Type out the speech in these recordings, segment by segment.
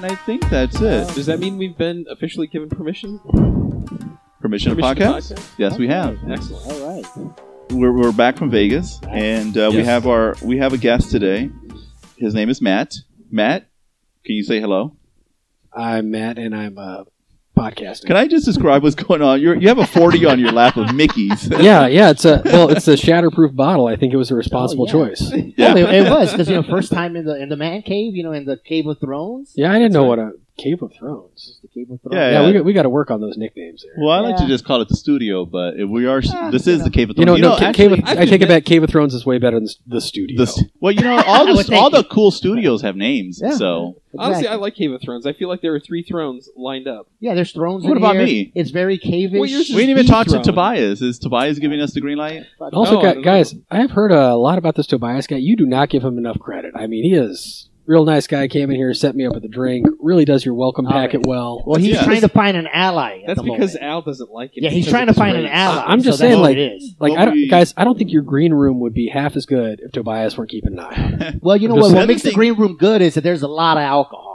Uh, think that's it. Does that mean we've been officially given permission? Permission, to Permission to podcast? podcast? Yes, we have. Excellent. All right. We're, we're back from Vegas, and uh, we Yes. have our we have a guest today. His name is Matt. Matt, can you say hello? I'm Matt, and I'm uh, podcasting. Can I just describe what's going on? You're, you have a forty on your lap of Mickey's. yeah, yeah. It's a well, it's a shatterproof bottle. I think it Oh, was a responsible yeah. choice. Yeah. Yeah. Well, Oh, it, it was because you know, first time in the in the man cave, you know, in the Cave of Thrones. Yeah, I didn't know what a Cave of Thrones. It's the Cave of Thrones. Yeah, Yeah, we got, we got to work on those nicknames there. Well, I like to Yeah. just call it the studio, but if we are. Ah, this you is know. the Cave of You know, Thrones. no, Ca- Cave of, actually, I take it back. Cave of Thrones is way better than s- the studio. the st- well, you know, all Well, the thank all the you. cool studios have names. Yeah. So Honestly, I Exactly. like Cave of Thrones. I feel like there are three thrones lined up. yeah. There's thrones. What in about here. me? It's very cavish. Well, yours is we didn't even talk to dethroned. Tobias. Is Tobias giving us the green light? And also, Oh, gu- I don't know. guys, I have heard a lot about this Tobias guy. You do not give him enough credit. I mean, he is real nice guy. Came in here, set me up with a drink. Really does your welcome All packet right. well. well, he's Yeah. trying to find an ally. at That's the because moment. Al doesn't like it. yeah, he's because trying to of find his an race. ally. I'm just so that's saying, what like- it is. Like, Well, I don't, we- guys, I don't think your green room would be half as good if Tobias weren't keeping an eye. on it. well, you know Just what? another What makes thing- the green room good is that there's a lot of alcohol.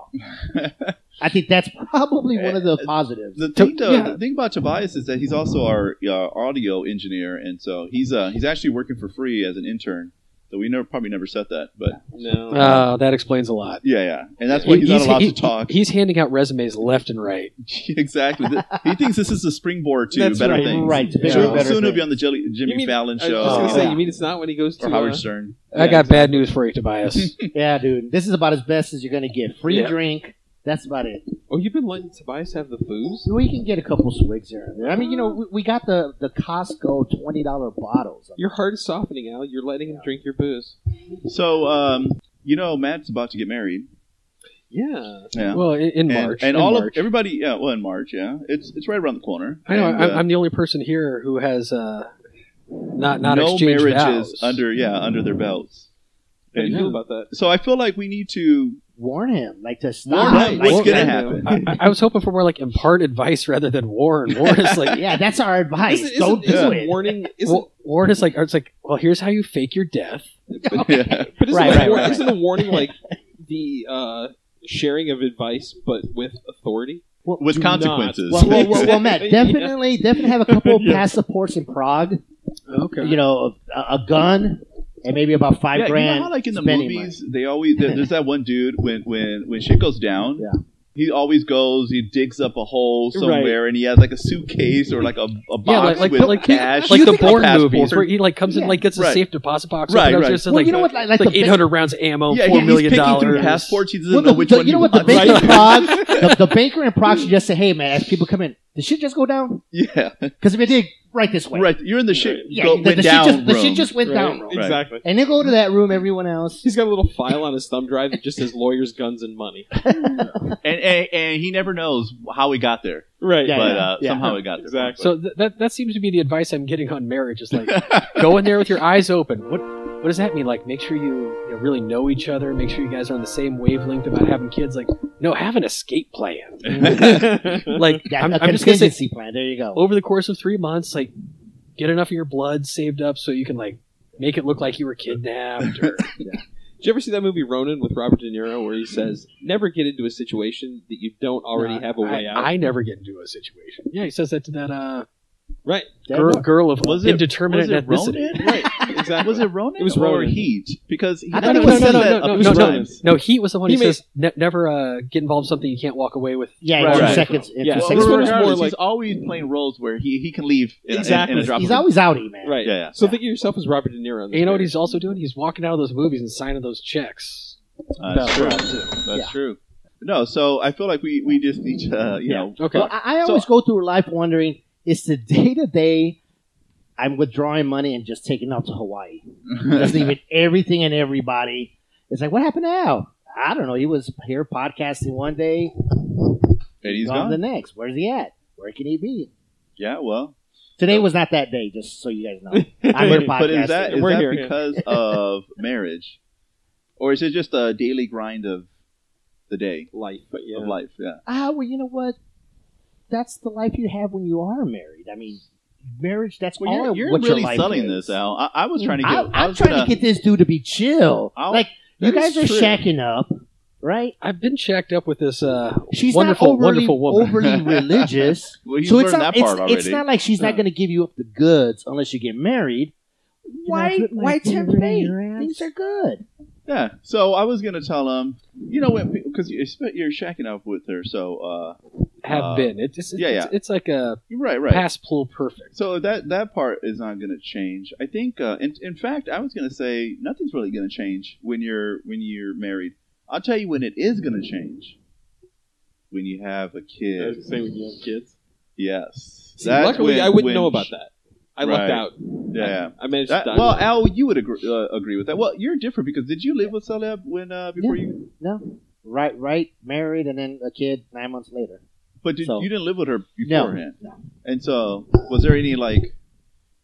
I think that's probably one of the positives. The thing, To- though, yeah. the thing about Tobias is that he's also our uh, audio engineer, and so he's uh, he's actually working for free as an intern. So we never probably never said that, but No. Uh, that explains a lot. yeah, yeah, and that's why he's, not allowed he- to talk. He's handing out resumes left and right. exactly, Th- he thinks this is the springboard to That's better right, things. Right. it's Yeah. bigger, Soon, better soon he'll thing. be on the Jelly, Jimmy You mean- Fallon I was show just gonna Oh, say, yeah. you mean it's not when he goes to or Howard uh, Stern. I Yeah, got exactly. bad news for you, Tobias. Yeah, dude. This is about as best as you're gonna get. Free Yeah. drink. That's about it. Oh, you've been letting Tobias have the booze? We can get a couple swigs here and there. I mean, you know, we, we got the the Costco twenty dollar bottles. Your heart is softening, Al. You're letting him drink your booze. So um, you know, Matt's about to get married. Yeah. Yeah. well, in, in and, March. and in all March. of everybody, yeah, well, in March, yeah, it's it's right around the corner. I know. And, I'm, uh, I'm the only person here who has uh, not not no exchanged marriages vows. under yeah under their belts. How do you And feel about that? so I feel like we need to Warn him, like to warn stop. him Like, what's going to Warn him. happen. I, I- I was hoping for more like impart advice rather than warn. Warn is like yeah, that's our advice. Isn't- Don't isn't- do isn't it. Warning isn't, wa- warn is like it's like well here's how you fake your death. Yeah. but isn't, Right, a, right, war- right. isn't a warning like the uh, sharing of advice but with authority? With Do not. consequences. Well, well, well, well, Matt, Yeah. definitely, definitely have a couple Yeah. passports in Prague. Okay. You know, a, a gun and maybe about five yeah, grand. you know how like in the spending movies they always there- there's that one dude when when when shit goes down. Yeah. He always goes. He digs up a hole somewhere, and he has like a suitcase or like a, a box Yeah, like like with like, cash, like a the Bourne passport. movies where he like comes in Yeah. like gets a Right. safe deposit box. Right, opens up, right. Just Well, like you know what? Like, like like the eight hundred rounds of ammo, yeah, four he's million picking dollars. through passports. He doesn't Well, know the, which the- one. you know he what? The wants. bank in Prague, the, the banker in Prague should just say, "Hey, man," as people come in, did shit just go down? Yeah, Because if it did, right this way. right. You're in the shit. Yeah, go, the, went the down shit just, the room. shit just went Right? down. Wrong. Right. Exactly. And they go to that room. Everyone else. He's got a little file on his thumb drive that just says lawyers, guns, and money. and, and and he never knows how he got there, Right. Yeah, but yeah, uh, yeah. somehow he got there. Exactly. So th- that that seems to be the advice I'm getting on marriage. Is like go in there with your eyes open. What what does that mean? Like make sure you, you know, really know each other. Make sure you guys are on the same wavelength about having kids. Like no, have an escape plan. Like Yeah, I'm, a I'm just gonna say contingency plan. There you go. over the course of three months, like get enough of your blood saved up so you can like make it look like you were kidnapped. Or, Did you ever see that movie Ronin with Robert De Niro where he says, "Never get into a situation that you don't already have a way I, out"? I never get into a situation. Yeah, he says that to that uh, right. That- girl, girl of Was it- was indeterminate it ethnicity. Ronin? Right. Exactly. Was it Ronan? It was or Ronan. Heat because he I no, thought no, it no, was no, Heat. no, no, no, no, no, no. times. No, he was the one He who made- says ne- never uh, get involved in something you can't walk away with. yeah, Right. in two Right. seconds. in two Yeah, Well, six seconds. months regardless, more like- he's always playing roles where he, he can leave in, Exactly. in, in a drop He's of a- always outie, man. Right. Yeah, yeah. So think of yourself as Robert De Niro. in And this you know what movie. he's also doing? He's walking out of those movies and signing those checks. Uh, that's true. About- That's Yeah. true. No, so I feel like we, we just need to uh, you Yeah. know Okay. Well, I, I always go through life wondering: Is the day to day I'm withdrawing money and just taking out to Hawaii, just leaving everything and everybody? It's like, what happened now? I don't know. He was here podcasting one day, and he's gone gone. the next. Where's he at? Where can he be? Yeah, well, Today was not that day, just so you guys know. I'm here podcasting. but is that is We're that here, yeah. because of marriage, or is it just a daily grind of the day life, but yeah. of life? Yeah, ah, well, you know what? That's the life you have when you are married. I mean, marriage. That's well, all you're, you're what your really life selling is. this, Al. I, I was trying to get. I, I am was trying gonna- to get this dude to be chill. I'll- like you that is guys are true. shacking up. right? I've been checked up with this uh, She's wonderful, not overly, wonderful woman. overly religious. Well, you so learned it's not, that part it's, already. it's not like she's not Yeah. going to give you up the goods unless you get married. Why? put my Why finger in tempt your ass? Things are good. Yeah. So I was gonna tell him, you know what? Because you're shacking up with her, so uh, Have Uh, been. It's, it's, yeah, it's, it's like a you're right, right. pass pool perfect. So that that part is not going to change. I think. Uh, in in fact, I was going to say nothing's really going to change when you're when you're married. I'll tell you when it is going to change. When you have a I was kid. gonna say when you have kids. Yes. See, luckily, when- I wouldn't when know about sh- that. I Right. lucked out. Yeah. I, I managed That- to dodge well, it. Al, you would agree, uh, agree with that. Well, you're different because did you live with Celeb when uh, before you? No, right, right. Married and then a kid nine months later. But did, So- you didn't live with her No, beforehand. no. And so, was there any like?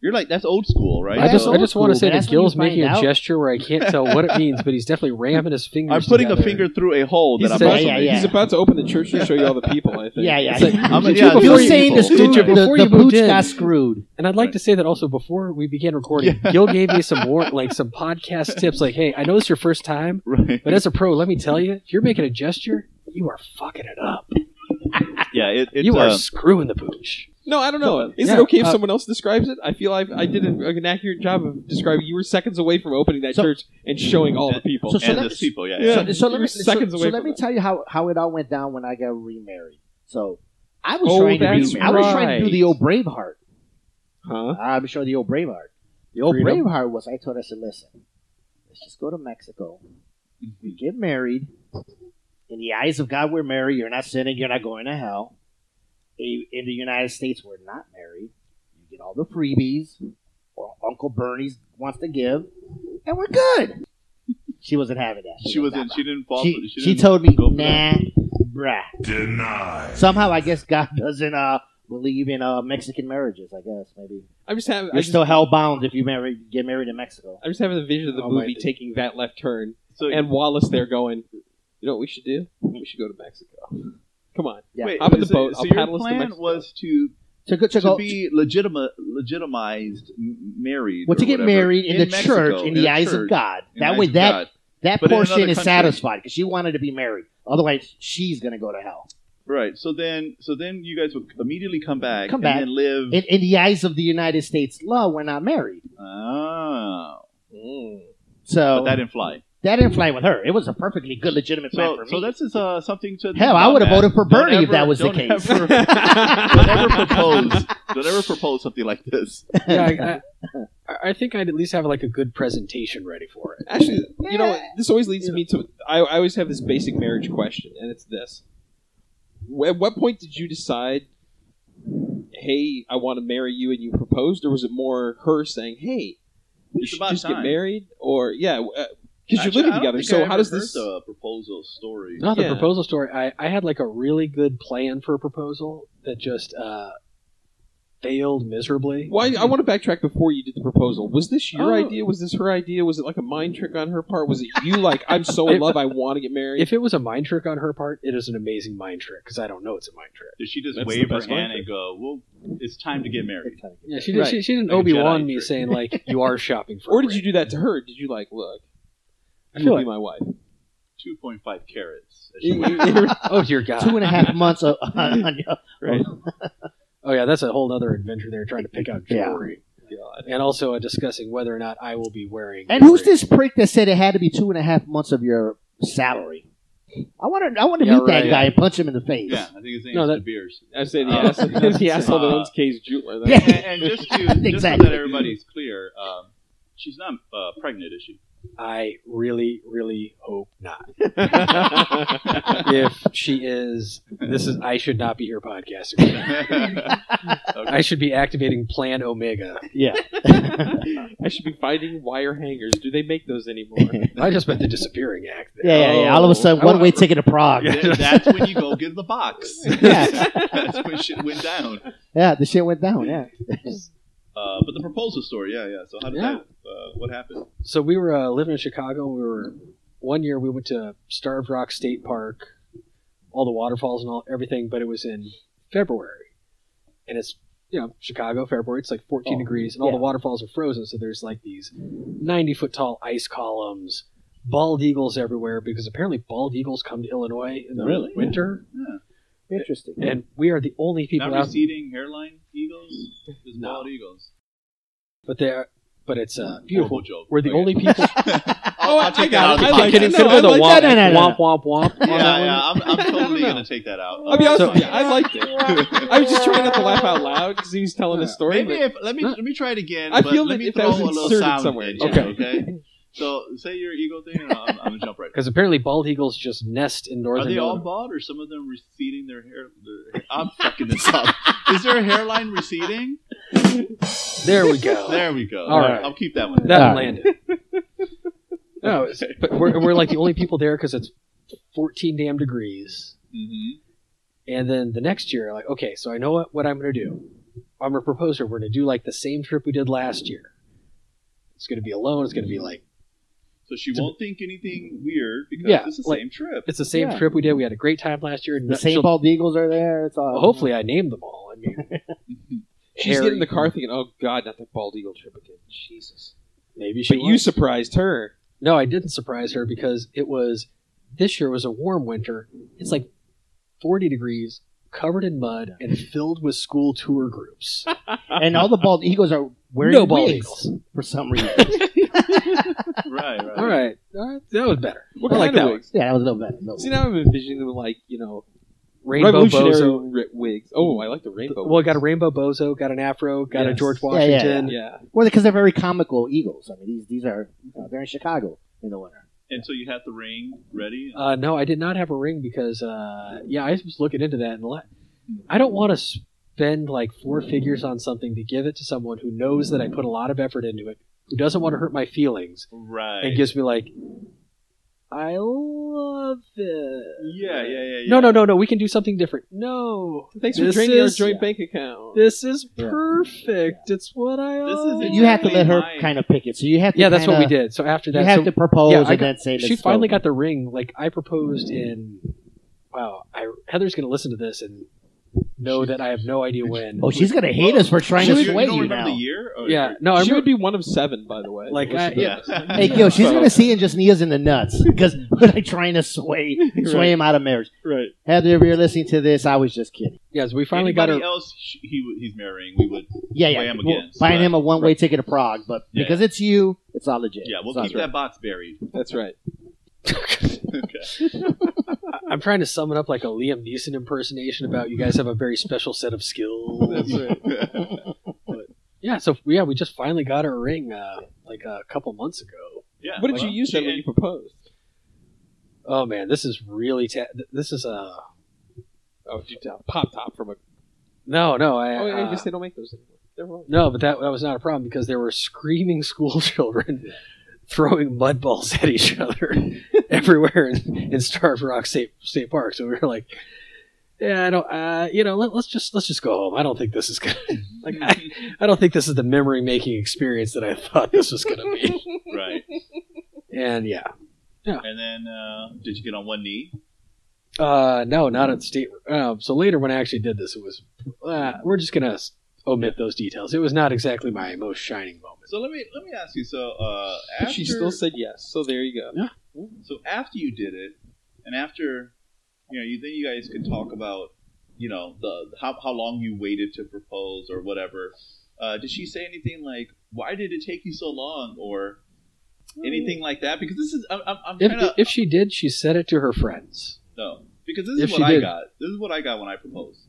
You're like that's old school, right? I just, So- I just want to cool, say but that that's when you Gil's making find a out. gesture where I can't tell what it means, but he's definitely ramming his fingers. I'm putting a together. finger through a hole He's that I'm about, also yeah, making. yeah. he's about to open the church to show you all the people. I think. Yeah, yeah. It's like, I'm- did yeah, you, I'm before You're Before you- saying the people- screw, did you- the, before the you moved boots in- got screwed. And I'd like to say that also before we began recording, Gil gave me some more like some podcast tips. Like, hey, I know this is your first time, Right. but as a pro, let me tell you, if you're making a gesture, you are fucking it up. Yeah, it, it's you are uh, screwing the pooch. No, I don't know. Is Yeah, it okay if uh, someone else describes it? I feel I I did an, an accurate job of describing. You were seconds away from opening that So- church and showing all the people. So- so and that- the people, yeah. Yeah. yeah. So, so you let were me, so, seconds so away let from me that. tell you how, how it all went down when I got remarried. So I was Oh, trying to that's do, I was trying to do right. the old Braveheart. huh? I'm sure the old Braveheart. The old Freedom. Braveheart was I told her, I said, listen, let's just go to Mexico. Mm-hmm. We get married. In the eyes of God, we're married. You're not sinning. You're not going to hell. In in the United States, we're not married. You get all the freebies or Uncle Bernie's wants to give, and we're good. She wasn't having that. She was wasn't. not She didn't fall. she, she, she didn't told me, go for nah, bruh. Denied. Somehow, I guess God doesn't uh, believe in uh, Mexican marriages. I guess maybe I'm just having. you're I just, still hell bound if you marry get married in Mexico. I'm just having the vision of the Oh, my movie dude. taking that left turn So and Wallace there going. You know what we should do? We should go to Mexico. Come on. Yeah. wait, hop in the so- boat, So I'll paddle your us to plan Mexico. was to To go to, to go, be legitima- legitimized, m- married. well, to or get whatever, married in, the Mexico, church in the a eyes church, of God. in the That eyes way, of that God. that But in portion is another country. satisfied because she wanted to be married. Otherwise, she's gonna go to hell. Right. So then, so then you guys would immediately come back. Come and back. Then live. In, in the eyes of the United States law, we're not married. oh. So But that that, didn't fly. didn't fly with her. It was a perfectly good, legitimate plan So, for me. so this is uh, something to. Hell, I think would've about, voted for Matt. Bernie Don't if that ever- was the don't case. ever- don't ever propose. Don't ever propose something like this. Yeah, I, I, I think I'd at least have like a good presentation ready for it. Actually, you know, what? this always leads me to. I, I always have this basic marriage question, and it's this: Wh- At what point did you decide, "Hey, I want to marry you," and you proposed, or was it more her saying, "Hey, we It's should about just get time. married," or yeah, because you're Actually, living I don't together? think So I how ever does heard this? the uh, proposal story? Not the Yeah. proposal story. I, I had like a really good plan for a proposal that just uh, failed miserably. Why I want to backtrack before you did the proposal. Was this your Oh. idea? Was this her idea? Was it like a mind trick on her part? Was it you like I'm so in If- love I want to get married? If it was a mind trick on her part, it is an amazing mind trick because I don't know it's a mind trick. Did she just That's wave the her best hand answer. and go, "Well, it's time to get married"? Yeah, she did- did. Right. she- She, didn't Like a Obi Jedi Wan me trick. saying like you are shopping for. or did you do that to her? Did you like look? I You feel will be like- my wife. Two point five carats. as she waved. do? oh dear God! Two and a half months of, on, on, Right. Oh yeah, that's a whole other adventure there, trying to pick out Yeah. jewelry, and also uh, discussing whether or not I will be wearing. And who's earrings. this prick that said it had to be two and a half months of your salary? I want to. I want to Yeah, meet right. that guy and punch him in the face. Yeah, I think his name No, is that- De Beers. I say the, Uh, asshole, the asshole that uh, owns Kay's jeweler. Yeah. And, and just to just so Exactly. that everybody's clear, um, she's not uh, pregnant, is she? I really, really hope not. okay. if she is, this is I should not be here podcasting. I should be activating Plan Omega. I should be finding wire hangers. Do they make those anymore? I just meant the disappearing act. There. Yeah, yeah, yeah. All of a sudden, Oh. one way ticket to Prague. Yeah. Th- That's when you go get the box. Yeah. That's when shit went down. the shit went down. Yeah, Uh, but the proposal story, yeah, yeah. So how did Yeah. that? Uh, what happened? So we were uh, living in Chicago. We were one year we went to Starved Rock State Park, all the waterfalls and all everything, but it was in February, and it's you know Chicago February. It's like 14 Oh, degrees, and all yeah. the waterfalls are frozen. So there's like these 90 foot tall ice columns bald eagles everywhere because apparently bald eagles come to Illinois in the Really? winter, Interesting. and we are the only people Not out. receding hairline eagles, just No. bald eagles. But they are, but it's uh, beautiful. Horrible joke. We're the Okay. only people. I'll, I'll Oh, I take got that it. out. I like kidding. it. Could No, have I been the like womp, that. No, no, no, womp womp womp. Yeah, on that yeah, I'm, one. I'm totally No, no, no. gonna take that out. I'll be honest So- with you. I liked it. I was just trying not to laugh out loud because he was telling the story. Maybe but if let me No. let me try it again. I but feel let that me if throw that was a little inserted sound somewhere. at you, Okay. okay. So say your eagle thing, and I'm, I'm gonna jump right. Because apparently bald eagles just nest in Are northern they all Illinois. bald, or some of them receding their hair? Their, I'm fucking this up. Is their hairline receding? There we go. There we go. All right. I'll keep that one. That All right. landed. no, it's, but we're, we're like the only people there because it's 14 damn degrees. Mm-hmm. And then the next year, like, okay, so I know what, what I'm going to do. I'm a proposer. We're going to do like the same trip we did last year. It's going to be alone. It's going to be like, So she It's a- won't think anything weird because Yeah, it's the like- same trip. it's the same Yeah. trip we did. We had a great time last year. The same She'll- bald eagles are there. It's all. well, hopefully, I named them all. I mean, she's Harry- getting in the car thinking, "Oh God, not that bald eagle trip again." Jesus. Maybe she. But you was. surprised her. no, I didn't surprise her because it was this year was a warm winter. It's like 40 degrees, covered in mud, and filled with school tour groups. and all the bald eagles are wearing no bald wigs eagles. for some reason. right, right. All right, all right, Uh, that was better. What I kind like of that wigs? yeah, that was a little better. a little See better. now I'm envisioning them like you know Rainbow revolutionary bozo. ri- wigs. Oh, I like the rainbow. Well, I wigs. got a rainbow bozo, got an afro, got a Yes. George Yeah, yeah, Washington. yeah. Well, because they're very comical eagles. I mean, these these are you know, they're in Chicago in the winter. And so you have the ring ready. Uh, no, I did not have a ring because, uh, yeah, I was looking into that. And la- I don't want to spend like four figures on something to give it to someone who knows that I put a lot of effort into it, who doesn't want to hurt my feelings, right. and gives me like, I love it. yeah, yeah, yeah, yeah. No, no, no, no. We can do something different. No, Thanks for This draining is- our joint yeah. bank account. this is Yeah. perfect. It's what I. This is always- It's You have to really let her mine. kind of pick it. So you have to. Yeah, that's what we kinda- did. So after You that, have so to propose Yeah, I and got- then say. she let's finally go. got the ring. Like I proposed in. Wow, I, Heather's gonna listen to this and know that I have no idea when. Oh, she's gonna hate us for trying you, to you sway don't you remember the now. year? Oh, Or- yeah, no, I she would remember. be one of seven, by the way. Like, I- Yeah. Hey, yo, she's So- gonna see and just knees in the nuts because we're like trying to sway sway Right. him out of marriage. right. Heather, if you're listening to this, I was just kidding. Yes, we finally got her. Anybody else sh- he, would- he's marrying, we would. Yeah, yeah. Sway him We'll against, buying right. him a one way ticket to Prague, but Yeah. because it's you, it's all legit. Yeah, we'll It's all keep good. that box buried. That's right. Okay. I'm trying to sum it up like a Liam Neeson impersonation about you guys have a very special set of skills. That's right. yeah, so yeah, we just finally got her a ring uh, like a couple months ago. yeah. What did well, you use she- then when you proposed? Oh man, this is really ta- th- this is uh Oh, did you tell? Pop top from a. no no I Oh, yeah, uh, I guess they don't make those anymore. They're wrong. no but that that was not a problem because there were screaming school children throwing mud balls at each other everywhere in, in Starved Rock State State Park. So we were like, yeah, I don't, uh, you know, let, let's just let's just go home. I don't think this is gonna like I, I don't think this is the memory making experience that I thought this was gonna be. Right. And yeah, And then, uh, did you get on one knee? uh, no, not at state. Uh, so later when I actually did this, it was uh, we're just gonna s- omit those details. It was not exactly my most shining moment. So let me let me ask you. So uh, But after She still said yes, so there you go. so after you did it, and after you know, you then you guys could talk about you know the how how long you waited to propose or whatever. Uh, did she say anything like why did it take you so long or anything like that? Because this is I'm, I'm, I'm If, kind of if she did, she said it to her friends. no because this is if what she I did- got. This is what I got when I proposed.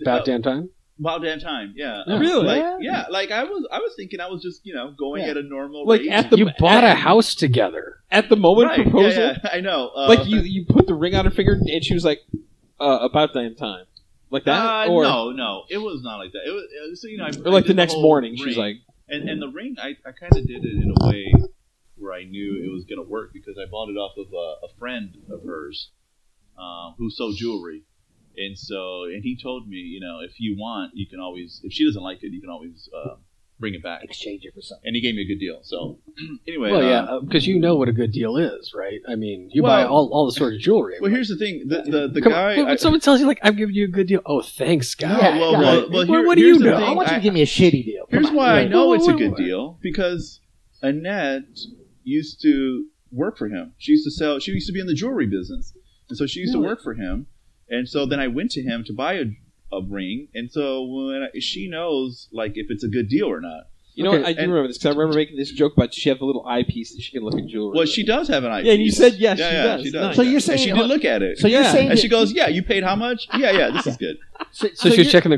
About Uh, damn time. About damn time, yeah. Yeah. Really? Like, yeah, like I was, I was thinking I was just, you know, going Yeah. at a normal Like, rate. at the- you bought a at- house together. At the moment Right, yeah, of proposal, yeah, I know. Uh, like you, you put the ring on her finger, and she was like, uh, "About damn time," like that, uh, or, no, no, it was not like that. It was uh, so you know, I, or like I the did next whole morning, ring. she's like, "Mm." and and the ring, I, I kind of did it in a way where I knew it was gonna work because I bought it off of a, a friend of hers, um, who sold jewelry, and so and he told me, you know, if you want, you can always if she doesn't like it, you can always uh, bring it back, exchange it for something. and he gave me a good deal. So anyway, Well, uh, yeah, because you know what a good deal is, right? I mean, you buy Well- all, all the sort of jewelry. I well, mean, here's the thing: the the, the come on, guy. when- when I- someone tells you like I'm giving you a good deal, oh, thanks, God. Yeah, well, yeah. well, well, Well, here- what do here's you the know? thing, I want you I- to give me a shitty deal. Come Here's on. why I Yeah. know Wait, it's a wait, good wait. deal because Annette used to work for him. She used to sell. She used to be in the jewelry business, and so she used to work for him. And so then I went to him to buy a, a ring, and so when I, she knows like if it's a good deal or not. You know, Okay, what? I do and- remember this because I remember making this joke about she has a little eyepiece that she can look at jewelry. Well, with. she does have an eye. Yeah, and you said yes, she does. Nice. So you're and she saying- did look at it, So you're Yeah. saying and she that, goes, "Yeah, you paid how much? Yeah, yeah, this is good. so, So, so she was you're- checking the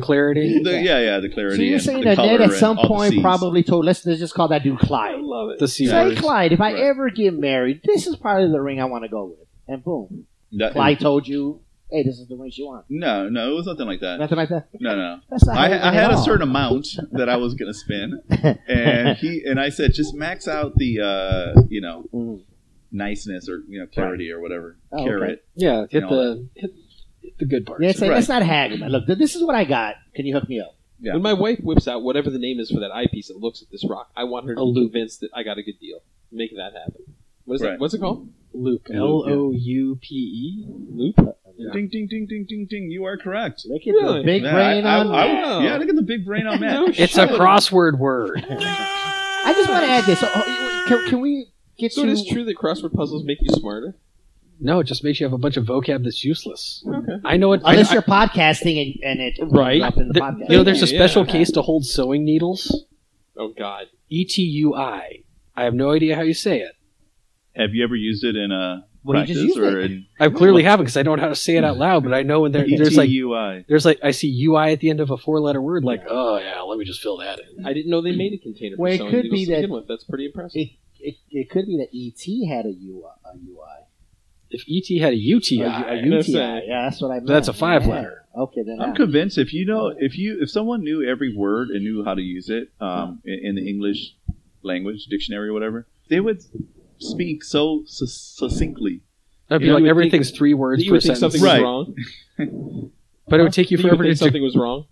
clarity, The, yeah, yeah, the clarity. so you're and saying the that Ned color at and some all the point Cs. probably told let's, let's just call that dude I Clyde. love it. the C Yeah. Say word. Clyde, if I Right. ever get married, this is probably the ring I want to go with. And boom, That- Clyde told you, hey, this is the ring she wants. No, no, it was nothing like that. Nothing like that. No, no. That's not. how it I, I went had at a all. certain amount that I was gonna spend, and he and I said just max out the uh, you know Mm. niceness or you know clarity or whatever Oh, okay. carrot. Yeah, hit You know, the hit, hit the good part. Yeah, say, Right. let's not haggle, man. Look, th- this is what I got. Can you hook me up? Yeah. When my wife whips out whatever the name is for that eyepiece that looks at this rock, I want her to A be loop. convinced that I got a good deal. Make that happen. What is Right. that? What's it called? Loop. Yeah. L O U P E. Loop. Ding ding ding ding ding ding. You are correct. Look at Really? the big Man, brain I, I- on I- that. that. yeah, look at the big brain on No that. It's a crossword word. I just want to add this. Oh, oh, Can, can we get So it you? is true that crossword puzzles make you smarter. No, it just makes you have a bunch of vocab that's useless. Okay. I know it. I- Unless I- you're podcasting and, and it Right. up in the th- podcast. you know, there's a Yeah. special case to hold sewing needles. Oh God. E T U I. I have no idea how you say it. Have you ever used it in a Well, you just used it. in I clearly haven't because I don't know how to say it out loud. But I know when there, there's E like ETUI? there's like I see UI at the end of a four letter word. Like, oh yeah, let me just fill that in. I didn't know they made a container for Well, it sewing could needles be to that- begin with. That's pretty impressive. It, it, it could be that ET had a UI. A UI. If ET had a UTI, A, know what I'm UTI. saying. Yeah, that's what I meant. that's a five Yeah. letter. Okay, then. I'm I- convinced if you know if you if someone knew every word and knew how to use it um, in, in the English language dictionary or whatever, they would speak so sus- succinctly. That'd be You know, like you would everything's three words you per would think sentence. Right. something was wrong. But it would take you You would forever to think de- something was wrong.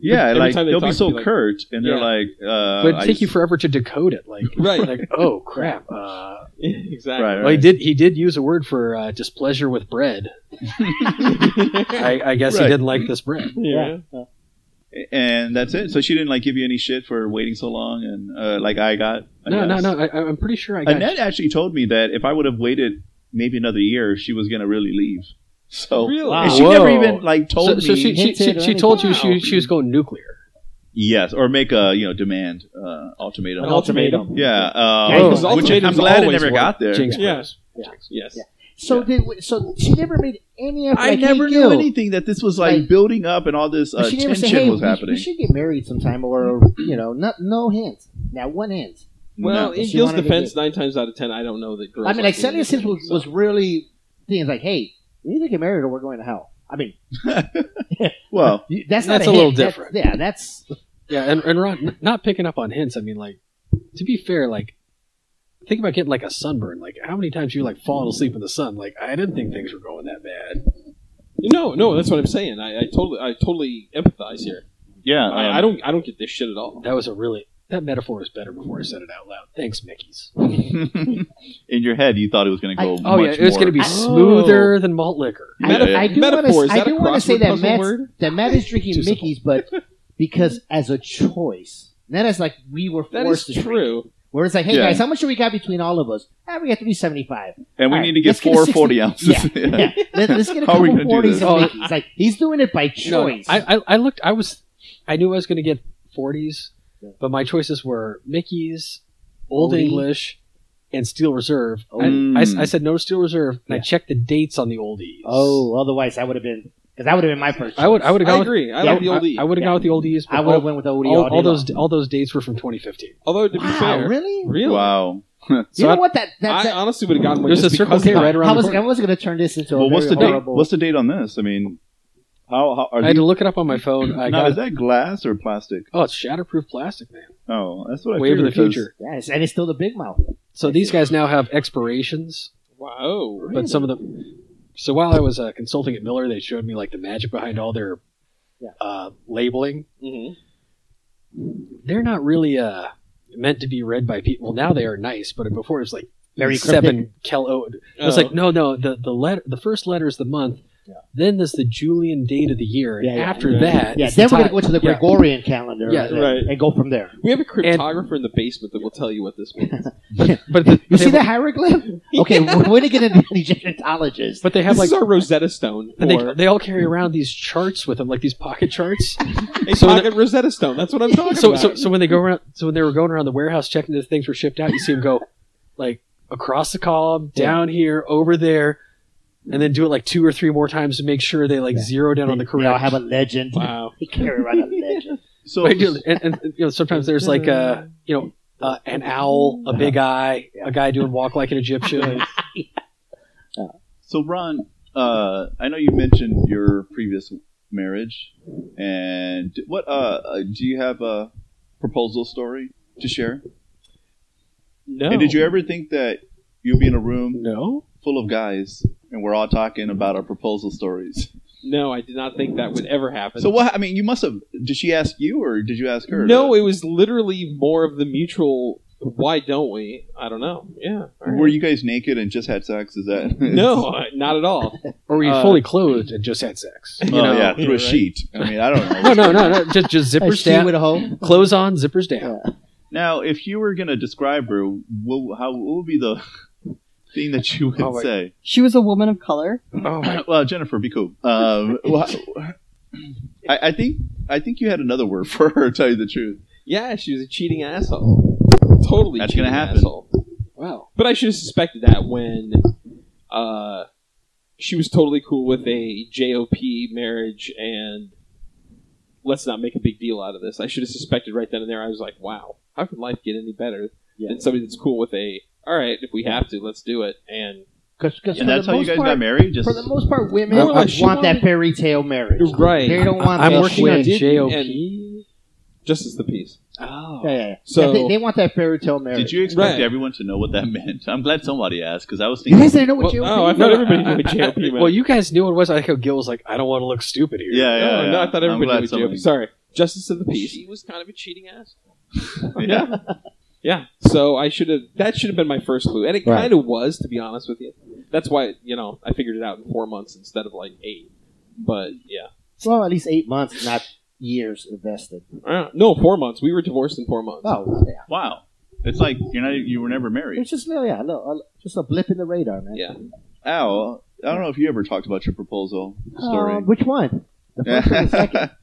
Yeah, Every like time they they'll talk, be so be like- curt, and they're Yeah. like, uh, but it'd I take you just- forever to decode it. Like Right. like oh crap. Uh, exactly. Right, well, he did he did use a word for uh, displeasure with bread. I, I guess Right. he didn't like this bread. Yeah. and that's it. So she didn't like give you any shit for waiting so long, and uh, like I got. I No, no, guess. no. I, I'm pretty sure I got. Annette actually told me that if I would have waited maybe another year, she was gonna really leave. So Oh, Really? and she Wow. never Ah, Whoa. even like told so, me. so she she, hinted she, or she told you anything. she she was going nuclear. yes, or make a you know demand uh, ultimatum. An ultimatum. Yeah, uh, Yeah, which because I'm ultimatums glad it always never work. got there. Jinx Yeah. Bros. Yes. Yeah. So did we- so she never made any effort. I like, never hey, knew Gil, anything that this was like, Like- building up and all this but uh, she never tension said, "Hey, was we, happening. we should get married sometime," or you know, no, no hints. Now, one hint. Well, No. in She Gil's wanted to defense, get- nine times out of ten, I don't know that girls. I mean, like like Sunday doing Sins was, things, was so. really things like, "Hey, we either get married or we're going to hell." I mean, well, you- that's not That's a, a little hint. That's- different. yeah, that's Yeah, and, and Ron, n- not picking up on hints. I mean, like, to be fair, like, think about getting like a sunburn. Like, how many times you like falling asleep in the sun? Like, I didn't think things were going that bad. No, no, that's what I'm saying. I, I totally, I totally empathize here. yeah, Uh, um, I, I don't, I don't get this shit at all. That was a really that metaphor was better before I said it out loud. Thanks, Mickey's. in your head, you thought it was going to go. Oh yeah, much it was more. going to be I- smoother than malt liquor. Yeah, I, yeah. I do Metaphor, want is to. I that a do want to say crossword that puzzle Matt's, word? that Matt is drinking Too simple. Mickey's, but because as a choice, not as like we were That forced is to drink. true. Where it's like, "Hey Yeah. guys, how much do we got between all of us?" Ah, we got three seventy-five. and we All right, need to get let's get a four 60 forty ounces. Yeah, yeah. Let, us get a How are we gonna couple do forties this? and Oh, Mickey's. Like he's doing it by No, no, choice. I, I I looked. I was. I knew I was going to get forties, Yeah. but my choices were Mickey's, Old Oldie. English, and Steel Reserve. I- Mm. I, s- I said no Steel Reserve, and I Yeah. checked the dates on the oldies. oh, otherwise I would have been because that would have been my first. I would I would have I gone. with- agree. I yeah, like the old E. I, would have Yeah. gone with the oldies. I But would have all, went with the OD all, all, all those day long. all those dates were from 2015. Although to be Wow, fair, really? really, Wow. You So know I- what? That that, I that honestly would have gotten one. There's just a Circle because K of that. right around I the was corner. I was going to turn this into a Well, what's very the date? horrible. What's the date on this? I mean, how, how are I had to these? look it up on my phone. I Now, got is that glass or plastic? oh, it's shatterproof plastic, man. Oh, that's what I Wave of the figured, 'cause- future. Yes, and it's still the big mouth. So these guys now have expirations, Wow. but some of them. So while I was uh, consulting at Miller, they showed me like the magic behind all their Yeah. uh, labeling. Mhm. They're not really uh, meant to be read by people. Well, now they are nice, but before it was like Very seven Kel. O- It was Oh. like no, no. The the letter, the first letter is the month. Then there's the Julian date of the year, and Yeah, yeah, after yeah. that, Yeah, it's the then we're gonna time. go to the Yeah. Gregorian calendar, Yeah, and, right. and go from there. We have a cryptographer in the basement that will tell you what this means. But the, You they- see that hieroglyph? Okay, we're gonna get an Egyptologist. But they This have like, is our Rosetta Stone. and they, or they all carry around these charts with them, like these pocket charts. a so pocket Rosetta Stone. That's what I'm talking so, about. so, so when they go around, so when they were going around the warehouse checking that things were shipped out, you see them go like across the column, down here, over there, and then do it like two or three more times to make sure they like Yeah. zero down they, on the they all correct. have a legend. wow. They carry around a legend. So But, you know, and, and you know, sometimes there's like uh you know uh, an owl, a big Uh-huh. eye, a guy doing walk like an Egyptian. So, Ron, uh, I know you mentioned your previous marriage, and what uh, uh, do you have a proposal story to share? no. And did you ever think that you'd be in a room no, full of guys and we're all talking about our proposal stories? No, I did not think that would ever happen. So, what? I mean, you must have. Did she ask you, or did you ask her? No, it was literally more of the mutual. Why don't we? I don't know. Yeah. all right. Were you guys naked and just had sex? Is that No, not at all. or were you Uh, fully clothed and just had sex? You oh know? yeah, through Yeah, a right. sheet. I mean, I don't know. No, no, no, no. Just, just A zippers she down. with a hoe. Clothes on, zippers down. Now, if you were going to describe her, what, how, what would be the thing that you would Oh, wait. say? She was a woman of color. Oh well, Jennifer, be cool. Um, well, I, I think I think you had another word for her. to Tell you the truth, Yeah, she was a cheating asshole. Totally That's cheating gonna happen. asshole. wow. But I should have suspected that when uh, she was totally cool with a JOP marriage and let's not make a big deal out of this. I should have suspected right then and there. I was like, wow, how could life get any better than somebody that's cool with a, all right, if we have to, let's do it. And Because and that's how you guys part, got married. Just For the most part, women Well, she want wanted- that fairy tale marriage. right. They don't want. I'm that working on shit. did- JOP. and- Justice the Peace. Oh. Yeah, yeah, yeah. So- they, they want that fairy tale marriage. did you expect Right. everyone to know what that meant? I'm glad somebody asked because I was You thinking. guys didn't know what Well, you. oh, I thought No, no, everybody I- knew what I- JOP meant. Well, you guys knew what it was. I like how Gil was like, I don't want to look stupid here. yeah, yeah, no, yeah. no, I thought I'm everybody glad knew what somebody- JOP. Sorry, Justice of the Peace. She was kind of a cheating ass. Yeah. Yeah. So I should have. That should have been my first clue, and it Right. kind of was, to be honest with you. That's why you know I figured it out in four months instead of like eight. But yeah, well, at least eight months, not years invested. Uh, no, four months. We were divorced in four months. Oh, yeah. Wow. It's like you're not. You were never married. It's just yeah, yeah, a little- a- just a blip in the radar, man. Yeah. Al, I don't know if you ever talked about your proposal story. Um, which one? The first one, the second? Let-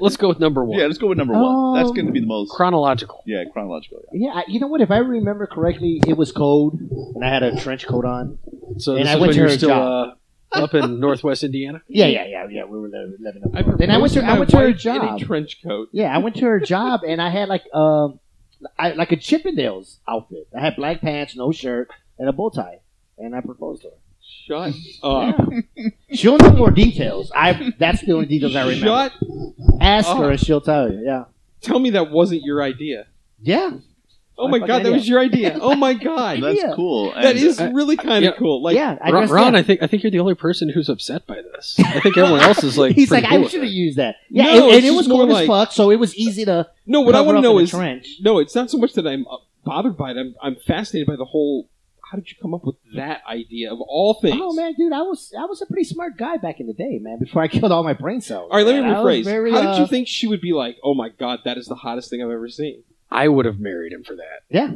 Let's go with number one. yeah, let's go with number one. That's Um, going to be the most. Chronological. yeah, chronological. Yeah, I, you know what? If I remember correctly, it was cold, and I had a trench coat on. So And this I is went when to you're her still uh, job. up in Northwest Indiana. Yeah, yeah, yeah, yeah. We were living living up. I north. Then I went proposed to I my went to her wife job. in a trench coat. Yeah, I went to her job, and I had like um, I, like a Chippendales outfit. I had black pants, no shirt, and a bow tie, and I proposed to her. Shut up. She'll know more details. I that's the only details I remember. Shut. Ask up. her, and she'll tell you. Yeah, Tell me that wasn't your idea. yeah. Oh my My god, fucking that idea. was your idea. Oh my god, That's Yeah. cool. that And- is I- really kind of yeah. cool. Like, yeah, I Ron, dressed Ron up. I think I think you're the only person who's upset by this. I think everyone else is like. he's pretty like, cool I with should have it. used that. Yeah, No, and- and, it's it just was more cold as like- fuck, so it was easy to. no, what I cover want to up know in a is trench. No, it's not so much that I'm uh, bothered by it. I'm, I'm fascinated by the whole. How did you come up with that idea of all things? Oh man, dude, I was I was a pretty smart guy back in the day, man. Before I killed all my brain cells. All right, let me man. I was rephrase. very, how did you uh, think she would be like? Oh my god, that is the hottest thing I've ever seen. I would have married him for that. Yeah,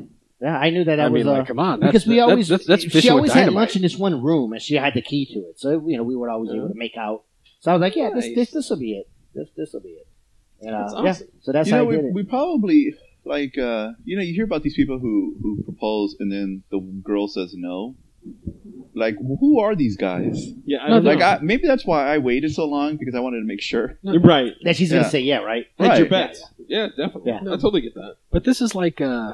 I knew that. I I was, mean, uh, like, come on. That's, because we that- always that's, that's she fishing with always had lunch dynamite. in this one room, and she had the key to it. So you know, we would always be able to make out. So I was like, yeah, Nice. this this this will be it. This this will be it. And, uh, That's yeah, awesome. so that's you how know, I we, did it. we probably like uh, you know you hear about these people who who propose and then the girl says no. Like who are these guys? Yeah, I No, don't no. Like know. I, maybe that's why I waited so long because I wanted to make sure. You're right. That she's Yeah. gonna say yeah, right? Hedge Right. your bets. Yeah, definitely. Yeah. I totally get that. But this is like uh,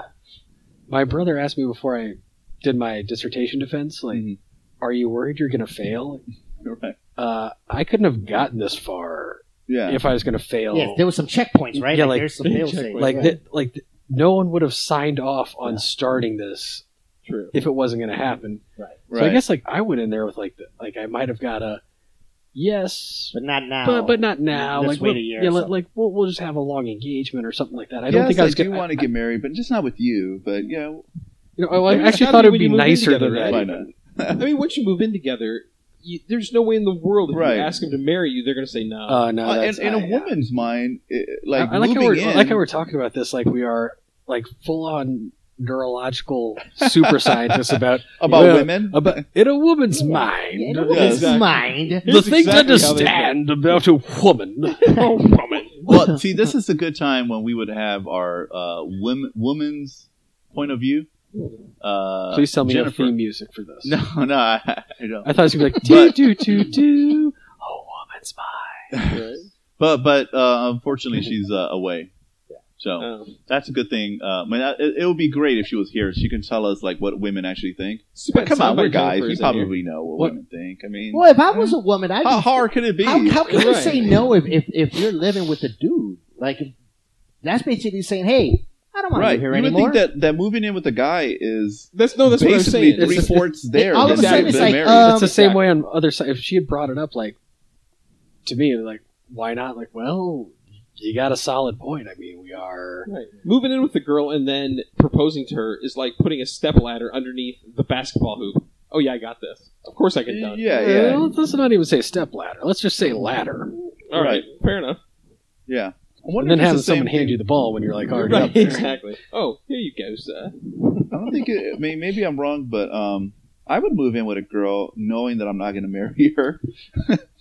my brother asked me before I did my dissertation defense. Like, Mhm. are you worried you're going to fail? Right. Uh, I couldn't have gotten this far Yeah. if I was going to fail. Yes, there was some checkpoints, right? Yeah, like- there's some fail safes, like right? th- like th- no one would have signed off on starting this True. if it wasn't going to happen. right. So I guess like I went in there with like the, like I might have got a yes, but not now. but but not now. like Let's wait we'll- a year or yeah, like, something. like we'll we'll just have a long engagement or something like that. I don't Yes, think I was do gonna. want to get married, but just not with you. But you know, You know, I Maybe actually that'd thought be it when would you be move in nicer together, than right? why that. not? I mean, once you move in together, you, there's no way in the world if Right. you ask them to marry you, they're going to say no. Uh, no, Uh, that's, in, in I- a woman's mind, it, like I, I like how moving we're I in, like how we're talking about this like we are like full on neurological super scientists about about Well, women. about in a woman's mind. In a Yes. woman's mind. The Here's thing exactly to how they understand about a woman. Oh, woman. well, see, this is a good time when we would have our uh, women, woman's point of view. Uh, Please tell me you have Jennifer. theme music for this. No, no, I, I don't. I thought it was gonna be like do But- do do do. A woman's mind. Right? But but uh, unfortunately, she's uh, away. So Uh. Um, that's a good thing. Uh, I mean, I- it, it would be great if she was here. She can tell us like what women actually think. so- But come on, somebody we're guys. Jennifer We is in here. probably know what, What- women think. I mean, Well, if I was a woman, I'd how hard could it be? How, how can you Right. say no if, if, if you're living with a dude? Like, if- that's basically saying, hey, I don't want right? to be You here would anymore. think that that moving in with a guy is That's no. That's what I'm basically saying. It's three just- fourths there. all of a than sudden it's than like, married. um, it's uh, the same exactly. way on other side. If she had brought it up, like to me, like why not? Like, well, you got a solid point. I mean, we are Right. Moving in with the girl and then proposing to her is like putting a step ladder underneath the basketball hoop. Oh yeah, I got this. Of course I can dunk. yeah, Uh, yeah, let's- let's not even say step ladder. Let's just say ladder, All right. Fair enough. yeah. I and wonder then if it's the having same someone hand thing- you the ball when you're like already Right, up there. Exactly. Oh, here you go, sir. I don't think it. I mean, maybe I'm wrong, but um, I would move in with a girl knowing that I'm not going to marry her.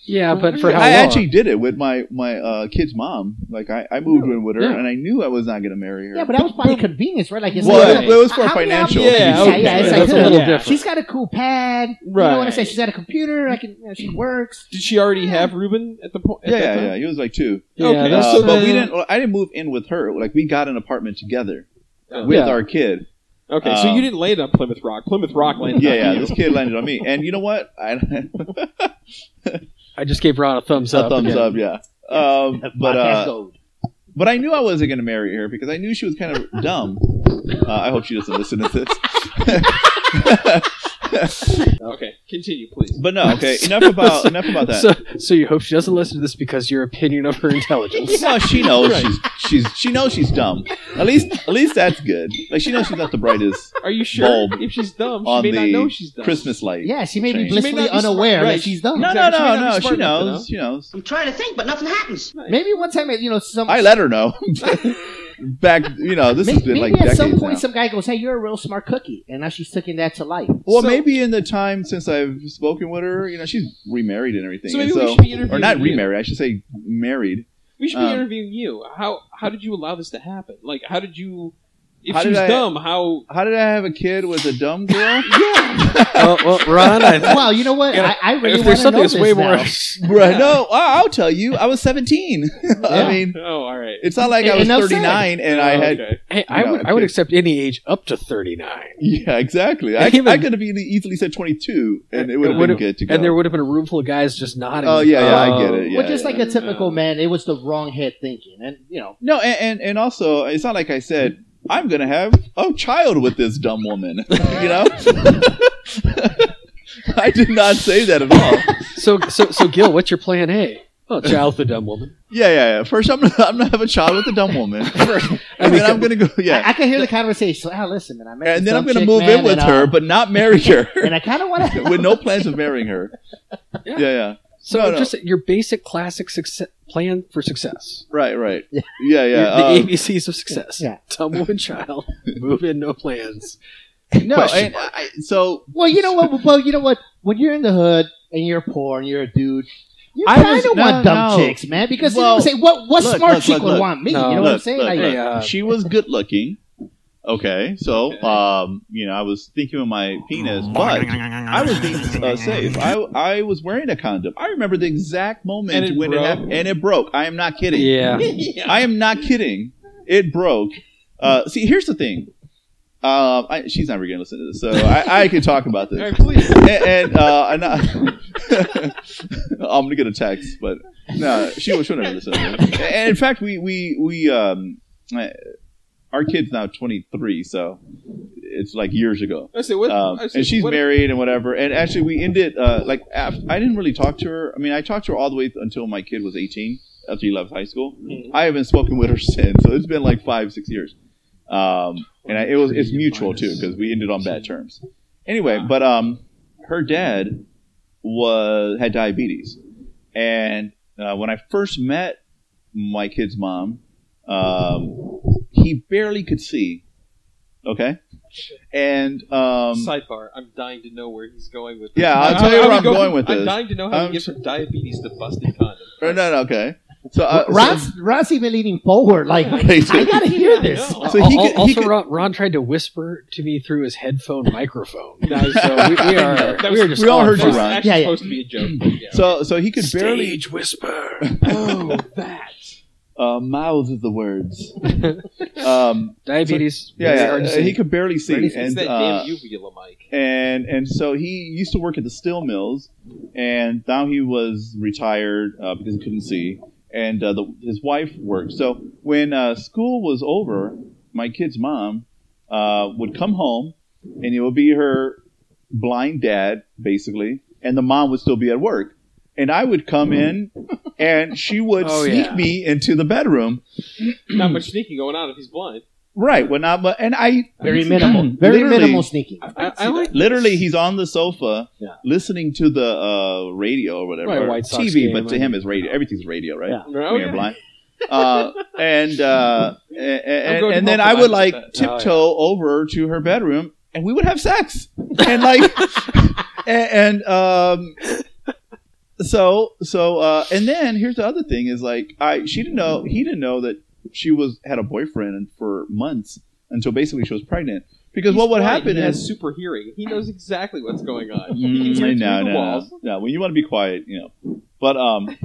Yeah, but for how I long? actually did it with my my uh, kid's mom. Like I, I moved in with her, Yeah. and I knew I was not going to marry her. yeah, but that was probably convenience, right? Like, it's well, like, it, it was for how many financial. options? Yeah, reasons. Yeah, yeah, it's That's like, a huh, little yeah. different. she's got a cool pad. You know what I say? She's got a computer. I can, you know, she works. Did she already have Ruben at the point? yeah, yeah, yeah. He was like two, Yeah, Okay. that's- uh, so but we then- didn't. well, I didn't move in with her. Like we got an apartment together Oh. with Yeah. our kid. Okay, so Um, you didn't land on Plymouth Rock. Plymouth Rock landed Yeah, on yeah. you. This kid landed on me, and you know what? I, I just gave Ron a thumbs up. a thumbs again. up. Yeah. Um, but Podcast uh, gold. but I knew I wasn't going to marry her because I knew she was kind of dumb. Uh, I hope she doesn't listen to this. Okay, continue, please. but no, okay. Enough about enough about that. So, so you hope she doesn't listen to this because your opinion of her intelligence. No, she knows Right. she's she's she knows she's dumb. At least at least that's good. Like she knows she's not the brightest Are you sure? Bulb if she's dumb, on she may the not know she's dumb. Christmas light. Yeah, she may be She may blissfully not be smart, unaware right. that she's dumb. No, Exactly. no, She no, may not no. be She smart enough to knows. She knows. I'm trying to think, but nothing happens. Maybe one time, you know, some. I let her know. Back, you know, this may- has been maybe like at decades some point, now. some guy goes, "Hey, you're a real smart cookie," and now she's taking that to life. Well, So- maybe in the time since I've spoken with her, you know, she's remarried and everything. So maybe and we should be interviewing or not you. remarried. I should say married. We should be Um, interviewing you. How how did you allow this to happen? Like, how did you? If How did she was I- dumb, how? How did I have a kid with a dumb girl? well, well, Ron, I, Wow, you know what? Yeah. I, I really if want there's to something know that's this way now. more, Right? No, I- I'll tell you. I was seventeen. I Yeah. mean, Oh, all right. it's not like I And- was and I'm thirty nine and I Oh, had okay. hey, I No, would, I would okay. accept any age up to 39. Yeah, exactly. I, Even- I could have easily- easily said 22, and it would have been would've- good to go. And there would have been a room full of guys just nodding. oh yeah, yeah, I Oh. get it. Yeah, Well, just yeah. like a typical man, it was the wrong head thinking, and you know, no, and, and and also, it's not like I said I'm gonna have a child with this dumb woman. you know, I did not say that at all. So, so, so, Gil, what's your plan A? Well, child the dumb woman. Yeah, yeah, yeah. First, I'm gonna, I'm gonna have a child with a dumb woman, and then I'm gonna go. I, I Yeah, can hear the conversation. So, ah, listen, man, I and met um, this then I'm dumb gonna chick, move man, in with and, uh, her, but not marry her, and I kind of want to. with no plans of marrying her. Yeah, yeah. So, No, no. just your basic classic success, plan for success. Right, right. Yeah, yeah. the um, ABCs of success. Yeah. Dumb woman, child, move in, no plans. no, question and I, so Well, you know what? Well, you know what? When you're in the hood and you're poor and you're a dude, you I kind was- of no, want dumb no. chicks, man, because Well, you know, say what? What look, smart look, chick look, would look. want me? No. you know what I'm Look, saying? look, like, look. Hey, uh, she was good looking. Okay, so Okay. um, you know, I was thinking of my penis, but I was being uh, safe. I I was wearing a condom. I remember the exact moment And it when broke. it happened, and it broke. I am not kidding. yeah. yeah. I am not kidding. It broke. Uh, see, here's the thing. Um, I, she's never gonna listen to this, so I, I can talk about All this. right, please. And, and uh, and I, I'm gonna get a text, but no, she will she'll never listen. To this. And in fact, we we we um, uh, our kid's now 23, so it's like years ago. I said what? Um, I said, and she's what- married and whatever. And actually, we ended uh, like af- I didn't really talk to her. I mean, I talked to her all the way until my kid was 18, after he left high school. I haven't spoken with her since, so it's been like five, six years. Um, and I, it was it's mutual too because we ended on bad terms. Anyway, but um, her dad was had diabetes, and uh, when I first met my kid's mom, um, he barely could see. Okay, and um, Sidebar: I'm dying to know where he's going with. Yeah, I'll How- tell you how where we I'm go going from- with I'm this. dying to know how I'm you get from diabetes to busted condom. or Oh, no, no, okay. So, uh, so- Ron's, Ron's even leaning forward, like I gotta hear this. I know. So he Al- could- he also, could- Ron, Ron tried to whisper to me through his headphone microphone. Nice. So we, we are, That we was- are just we all on heard you, That was fire. Ron. actually Yeah, yeah. supposed to be a joke. but yeah. so so he could barely Stage whisper. oh, that. uh, mouth the words. um, Diabetes. yeah, very yeah, hard to uh, say. he could barely see, It's, and it's that uh, damn uvula, Mike. and and so he used to work at the steel mills, and now he was retired uh, because he couldn't see, and uh, the, his wife worked. So when uh, school was over, my kid's mom uh, would come home, and it would be her blind dad basically, and the mom would still be at work. And I would come in, and she would Oh, sneak yeah. me into the bedroom. Not much sneaking going on if he's blind. Right when I'm, and I Very minimal, very Literally. minimal sneaking. I, I like Literally, he's on the sofa Yeah. listening to the uh, radio or whatever. Probably or White Sox TV, game, but to I him, mean. it's radio. Everything's radio, right? Yeah. Oh, When you're yeah. blind. Uh, and uh, a- a- and, going and then home I for would that. like Oh, yeah. tiptoe over to her bedroom, and we would have sex, and like, and, and um, so so uh, and then here's the other thing is like I she didn't know he didn't know that she was had a boyfriend and for months until basically she was pregnant because He's what would blind. happen He is has super hearing. He knows exactly what's going on. He can hear Mm, no, through the no, walls. no, no. When you want to be quiet, you know. But um,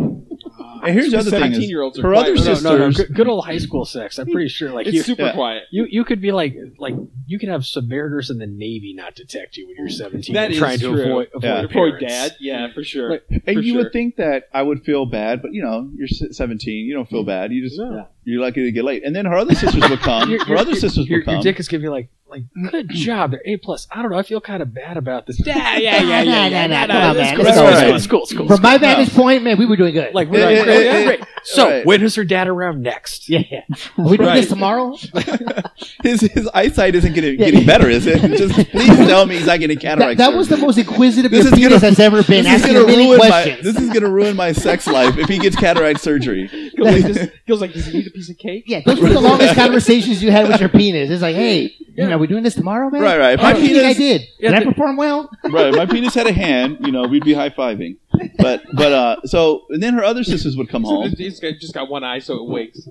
and here's the other thing is Seventeen-year-olds are her quiet. other No, no, Uh, no, no, no. sisters- Good, good old high school sex. I'm pretty sure. Like It's you, super yeah. quiet. you, you could be like, like you could have submariners in the navy not detect you when you're 17. That You're is trying to true. avoid, Yeah. avoid Avoid parents. dad. uh, Yeah, for sure. Like, and for you sure. would think that I would feel bad, but you know, you're s- 17, you don't feel bad. You just No. you're lucky to get late. And then her other sisters would come. Your- her your- other sisters your, would your come. dick is gonna be like, like good job. They're A plus. I don't know. I feel kind of bad about this. Yeah, yeah, yeah, yeah, yeah, yeah, School, come on, man. It's school, all school, right. school, school, From school. my vantage point, man, we were doing good. Like Eh, we're like, eh, great, eh, great. So right. when is her dad around next? yeah, yeah. Are we doing Right. this tomorrow? his, his eyesight isn't getting Yeah. getting better, is it? Just please tell me he's not getting That, cataract. that was the most inquisitive This this is penis gonna- has ever been. surgery. this is Asking gonna a million ruin my questions. this is gonna ruin my sex life if he gets cataract surgery. Feels like, does, feels like does he need a piece of cake? yeah, those were the longest conversations you had with your penis. It's like, hey, you know, are we doing this tomorrow, man? Right, right. If How my do you think Oh, I penis- did? Yeah, Did I the- perform well? right. if My penis had a hand. You know, we'd be high fiving. But but uh, so and then her other sisters would come So home. this- this guy just got one eye, so it wakes.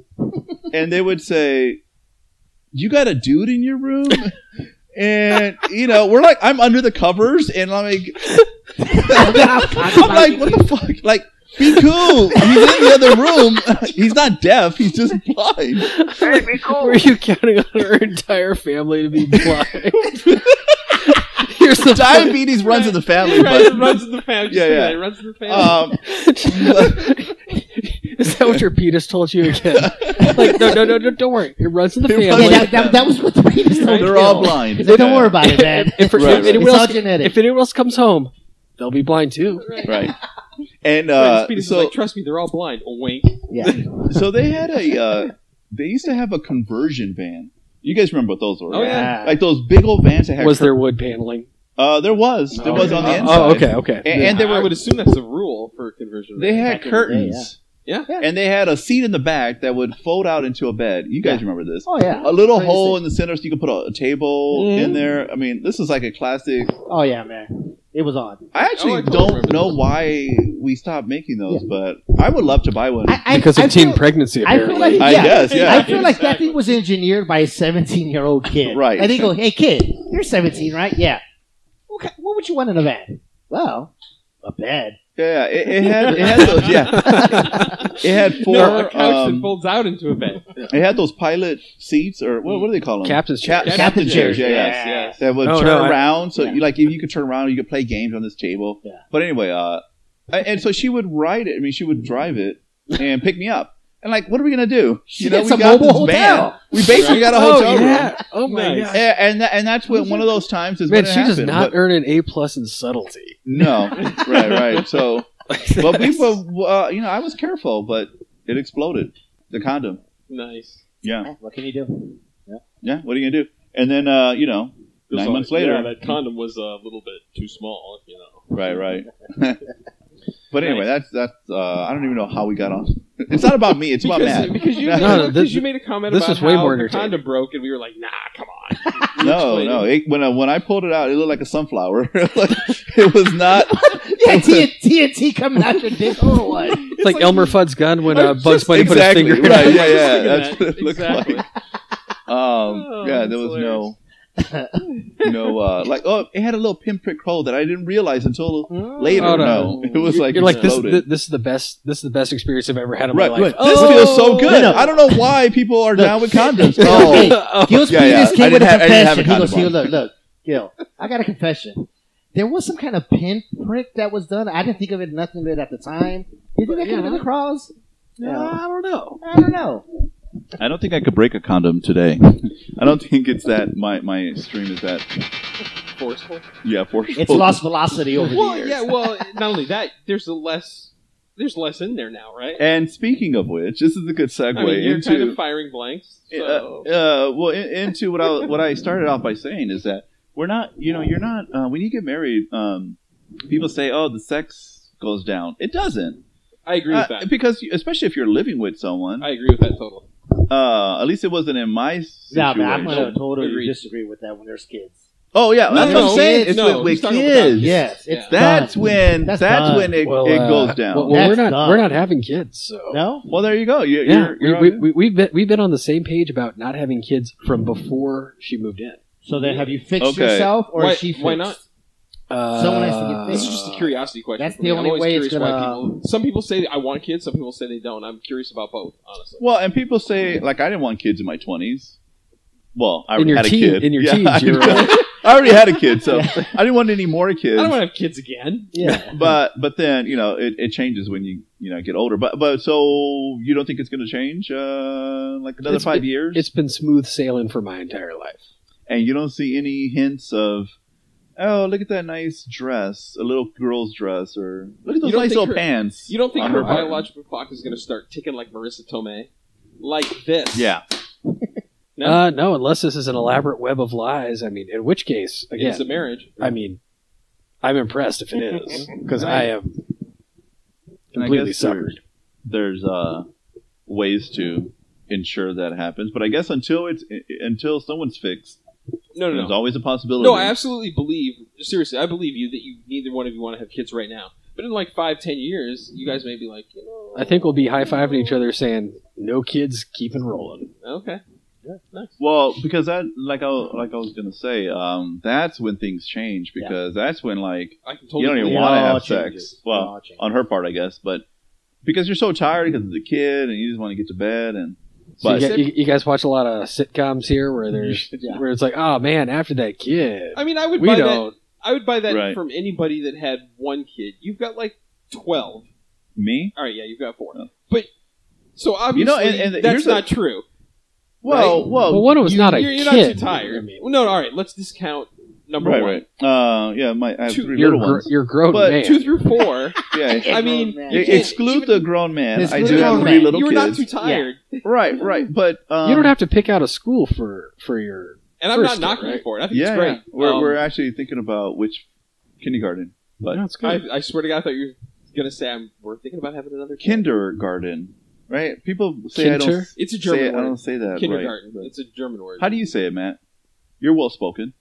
and they would say, "You got a dude in your room," and you know, we're like, I'm under the covers, and I'm like, I'm like, what the fuck? Like, be cool. He's in the other room. He's not deaf. He's just blind. Were you counting on her entire family to be blind? Here's the Diabetes runs in the family, Right, it but. runs in the family. Yeah, Yeah, yeah. It runs in the family. Um, Is that what your penis told you again? Like, no, no, no, no, don't worry. It runs in the It runs- Yeah, family. Oh, that, that, that was what the penis told they're you. all blind. He's like, don't worry about it, man. And for- Right, right. if, anyone It's all else, genetic. if anyone else comes home, they'll be blind too. Oh, Right. Right. And Right, uh, his penis is so, like, trust me, they're all blind. Wink. Yeah. so they had a. Uh, they used to have a conversion van. You guys remember what those were? Oh, right? yeah. Like those big old vans that had. Was there wood paneling? Uh, there was. There Oh, was yeah. on the Oh, inside. Oh, okay, okay. And, and they I were would assume that's the rule for conversion. They rate. had Back in the day, curtains. yeah. Yeah. And they had a seat in the back that would fold out into a bed. You guys Yeah. remember this? Oh yeah. A little Crazy. hole in the center so you could put a, a table Mhm. in there. I mean, this is like a classic. Oh yeah, man. It was on. I actually I totally don't remember know this. why we stopped making those, but I would love to buy one. I, I, because of I teen feel- pregnancy, I feel like apparently. I yeah. guess, yeah. I feel like that Exactly. thing was engineered by a 17 year old kid. Right. And they go, hey, kid, you're 17, right? Yeah. Okay, what would you want in a van? Well, a bed. yeah, it, it had it had those, yeah. It had four. no, a couch that um, folds out into a bed. it had those pilot seats or what, what do they call them? Captain's Cap- chair. captain, Captain chairs. chairs, Yeah, yeah. Yes, yes. That would Oh, turn no, I- around, so yeah. you like if you could turn around, you could play games on this table. Yeah. But anyway, uh, I- and so she would ride it. I mean, she would drive it and pick me up. And like, what are we gonna do? She gets a mobile hotel. We basically got a oh, hotel room. yeah. Oh, my Nice. God. And, and that- and that's when one of those times is Man, when it she does happened, not but- earn an A plus in subtlety. no, right, right. So, but we, were, uh, you know, I was careful, but it exploded. The condom. Nice. Yeah, Eh, What can you do? yeah. What are you gonna do? And then, uh, you know, Feels nine like- months later, yeah, that condom was a little bit too small. You know, Right, right. but anyway, that's that's. Uh, I don't even know how we got on. It's not about me. It's about because, Matt. because you No, no, because this- you made a comment this about is way how more the entertaining. condom broke, and we were like, nah, come on. You No, explained no. it. It, when I, when I pulled it out, it looked like a sunflower. Like, it was not. yeah, TNT coming out your dick or Oh, what? It's like, Elmer Fudd's gun when I uh, was Bugs just- Bunny exactly, put his finger. right, in. yeah, yeah, Look at that's that. what it looked exactly. like. Um, Oh, yeah, there that's was no, no, uh, like oh, it had a little pinprick hole that I didn't realize until later. Oh, no. no. it was like You're like this. exploded. Th- this is the best. This is the best experience I've ever had in right, my life. right. this Oh, feels so good. no, no. I don't know why people are Look. down with condoms. Okay. Oh, Gil's Yeah, yeah, yeah. this I kid with a didn't have- I didn't have confession. He a goes, condom Gil, on. look, look, Gil, I got a confession. There was some kind of pinprick that was done. I didn't think of it, nothing of it at the time. You think that came to the cross? I don't know. I don't know. I don't think I could break a condom today. I don't think it's that. My my stream is that. Forceful. Yeah, for It's lost velocity over Well, the years. yeah. Well, not only that, there's a less, there's less in there now, right? And speaking of which, this is a good segue I mean, you're into kind of firing blanks. uh, So. uh, well in, into what I what I started off by saying is that we're not you know you're not uh, when you get married um, people say oh the sex goes down it doesn't I agree with Uh, that. because you- especially if you're living with someone I agree with that totally. uh, at least it wasn't in my Nah, situation man, I'm going to totally Agreed. disagree with that when there's kids. oh yeah No, that's what I'm no, saying it's- it's no, with, he's with talking about- kids Yes, it's that's done. when that's, That's done. when it, Well, it uh, goes down Well, well, well, we're That's not. dumb. We're not having kids. So No? there you go you're, yeah, you're, you're we, on- we, we, have been, we've been on the same page about not having kids from before she moved in. So then have you fixed Okay. yourself or Why- is she fixed? why not? Uh, Someone has to get This is just a curiosity question. That's for me. the I'm only always way it's curious why gonna- people- some people say I want kids. Some people say they don't. I'm curious about both, honestly. Well, and people say like I didn't want kids in my twenties. Well, I already In your had a teen- kid. in your Yeah, teens, I, you're- I already had a kid, so I didn't want any more I kids. don't want to have kids again. Yeah. but but then you know it, it changes when you you know get older. But but so you don't think it's going to change uh, like another It's- five years, It's been smooth sailing for my entire life. and you don't see any hints of oh look at that nice dress, a little girl's dress, or look at those don't nice think little her- pants. You don't think on her arm. biological clock is going to start ticking like Marissa Tomei, like this? Yeah, No. Uh, no, unless this is an elaborate web of lies. I mean, in which case, again, It's a marriage. I mean, I'm impressed if it is because And I- I am And I completely guess there's- suckered. there's uh, ways to ensure that happens. But I guess until it's i- until someone's fixed, No, no, there's no. always a possibility. No, I absolutely believe. Seriously, I believe you that you neither one of you want to have kids right now. But in like five, ten years, you guys may be like, you know, I think we'll be high fiving each other, saying, "No kids, keep it rolling." okay. Well, because that like I like I was gonna say, um, that's when things change because that's when like I can totally. you don't even It believe want to all have changes. sex. It Well, all changes. on her part, I guess, but because you're so tired because of the kid and you just want to get to bed and So but you, got- you- you guys watch a lot of sitcoms here, where there's Yeah. where it's like, "Oh man, after that kid, it. I mean, I would we buy that. don't." I would buy that Right. from anybody that had one kid. You've got like twelve. me, All right, yeah, you've got four. Yeah. But so obviously, You know, and- and here's that's a- not true. well, well, Well, one of us You- not a you're, you're kid. not too tired. I mean, Well, no, all right. Let's discount number right, one, right, uh, yeah, my I have Two- three you're little gr- ones. you're grown But man. two through four. Yeah, I mean, Man. you E- can't- exclude even- the grown man. I Exclude do the have grown three man. little you were kids. not too tired, Right, right, but um, you don't have to pick out a school for for your. and I'm not First kid, knocking you right? for it. I think Yeah, it's great. yeah. We're, Um, we're actually thinking about which kindergarten, but No, it's good. I, I swear to God, I thought you were gonna say I'm, we're thinking about having another kid. kindergarten, right? People say I Kinder? don't It's a say German it, I word. don't say that Kindergarten. right. It's a German word. How do you say it, Matt? You're well spoken.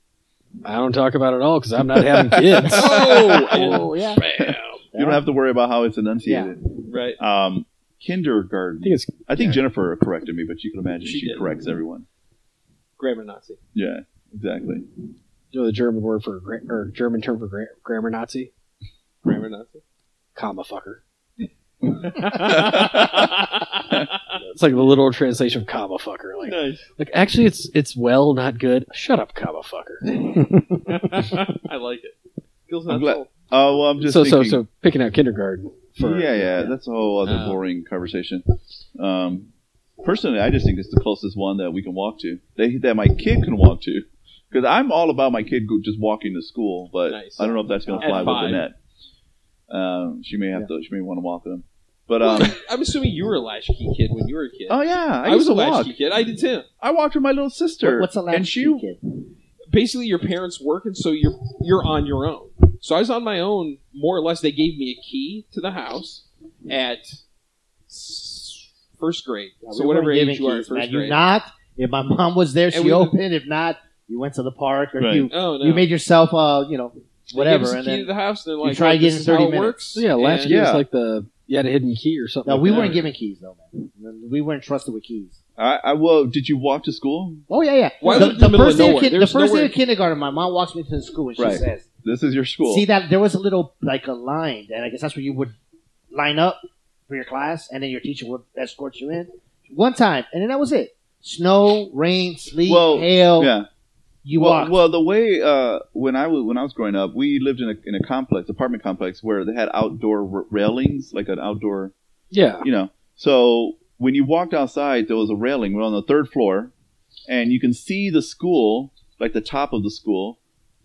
I don't talk about it at all because I'm not having kids. Oh, and- Oh, yeah. Bam. You don't have to worry about how it's enunciated. right. Um, kindergarten. I think it's I think Jennifer corrected me, but you can imagine she, She did. corrects everyone. Grammar Nazi. Yeah, exactly. you know, the German word for gra- or German term for gra- grammar Nazi, Grammar Nazi. comma fucker. It's like the literal translation of comma fucker. Like, nice. like actually, it's it's well not good. Shut up, comma fucker. I like it. Feels I'm not glad- old. Oh, well, I'm just so thinking. so so picking out kindergarten for yeah, yeah, that's a whole other Oh. boring conversation. Um, personally, I just think it's the closest one that we can walk to that, that my kid can walk to because I'm all about my kid go- just walking to school, but Nice. I don't know if that's going to At fly with five. Annette. Um, she may have to. She may want to walk with him. But um, I'm assuming you were a latchkey kid when you were a kid. oh yeah, I, I, used was to a walk. latchkey kid. I did too. I walked with my little sister. What's the last And she kid? Basically, your parents work, and so you're you're on your own. So I was on my own, more or less. They gave me a key to the house at s- first grade. Yeah, we so whatever weren't age given you are at keys, first man. grade. You not. If my mom was there, she we- opened. If not, you went to the park or Right. you oh no! you made yourself, uh, you know, They gave whatever, us the and key then- to the house, and they're you like, try "Look, again this in is how 30 it minutes." works. yeah, last And- year Yeah. was like the you had a hidden key or something. No, we like weren't that. given keys though, man. We weren't trusted with keys. I, I well, did you walk to school? Oh yeah, yeah. Why the, was it in the middle first of day nowhere? kin- the There's first day nowhere- of kindergarten, my mom walks me to the school and she Right. says, This is your school. "See that there was a little like a line, and I guess that's where you would line up for your class, and then your teacher would escort you in one time, and then that was it. Snow, rain, sleet, Well, hail, yeah. you well, walked. well, the way uh, when I was when I was growing up, we lived in a in a complex, apartment complex, where they had outdoor r- railings, like an outdoor, Yeah, you know. So when you walked outside, there was a railing. We're on the third floor, and you can see the school, like the top of the school.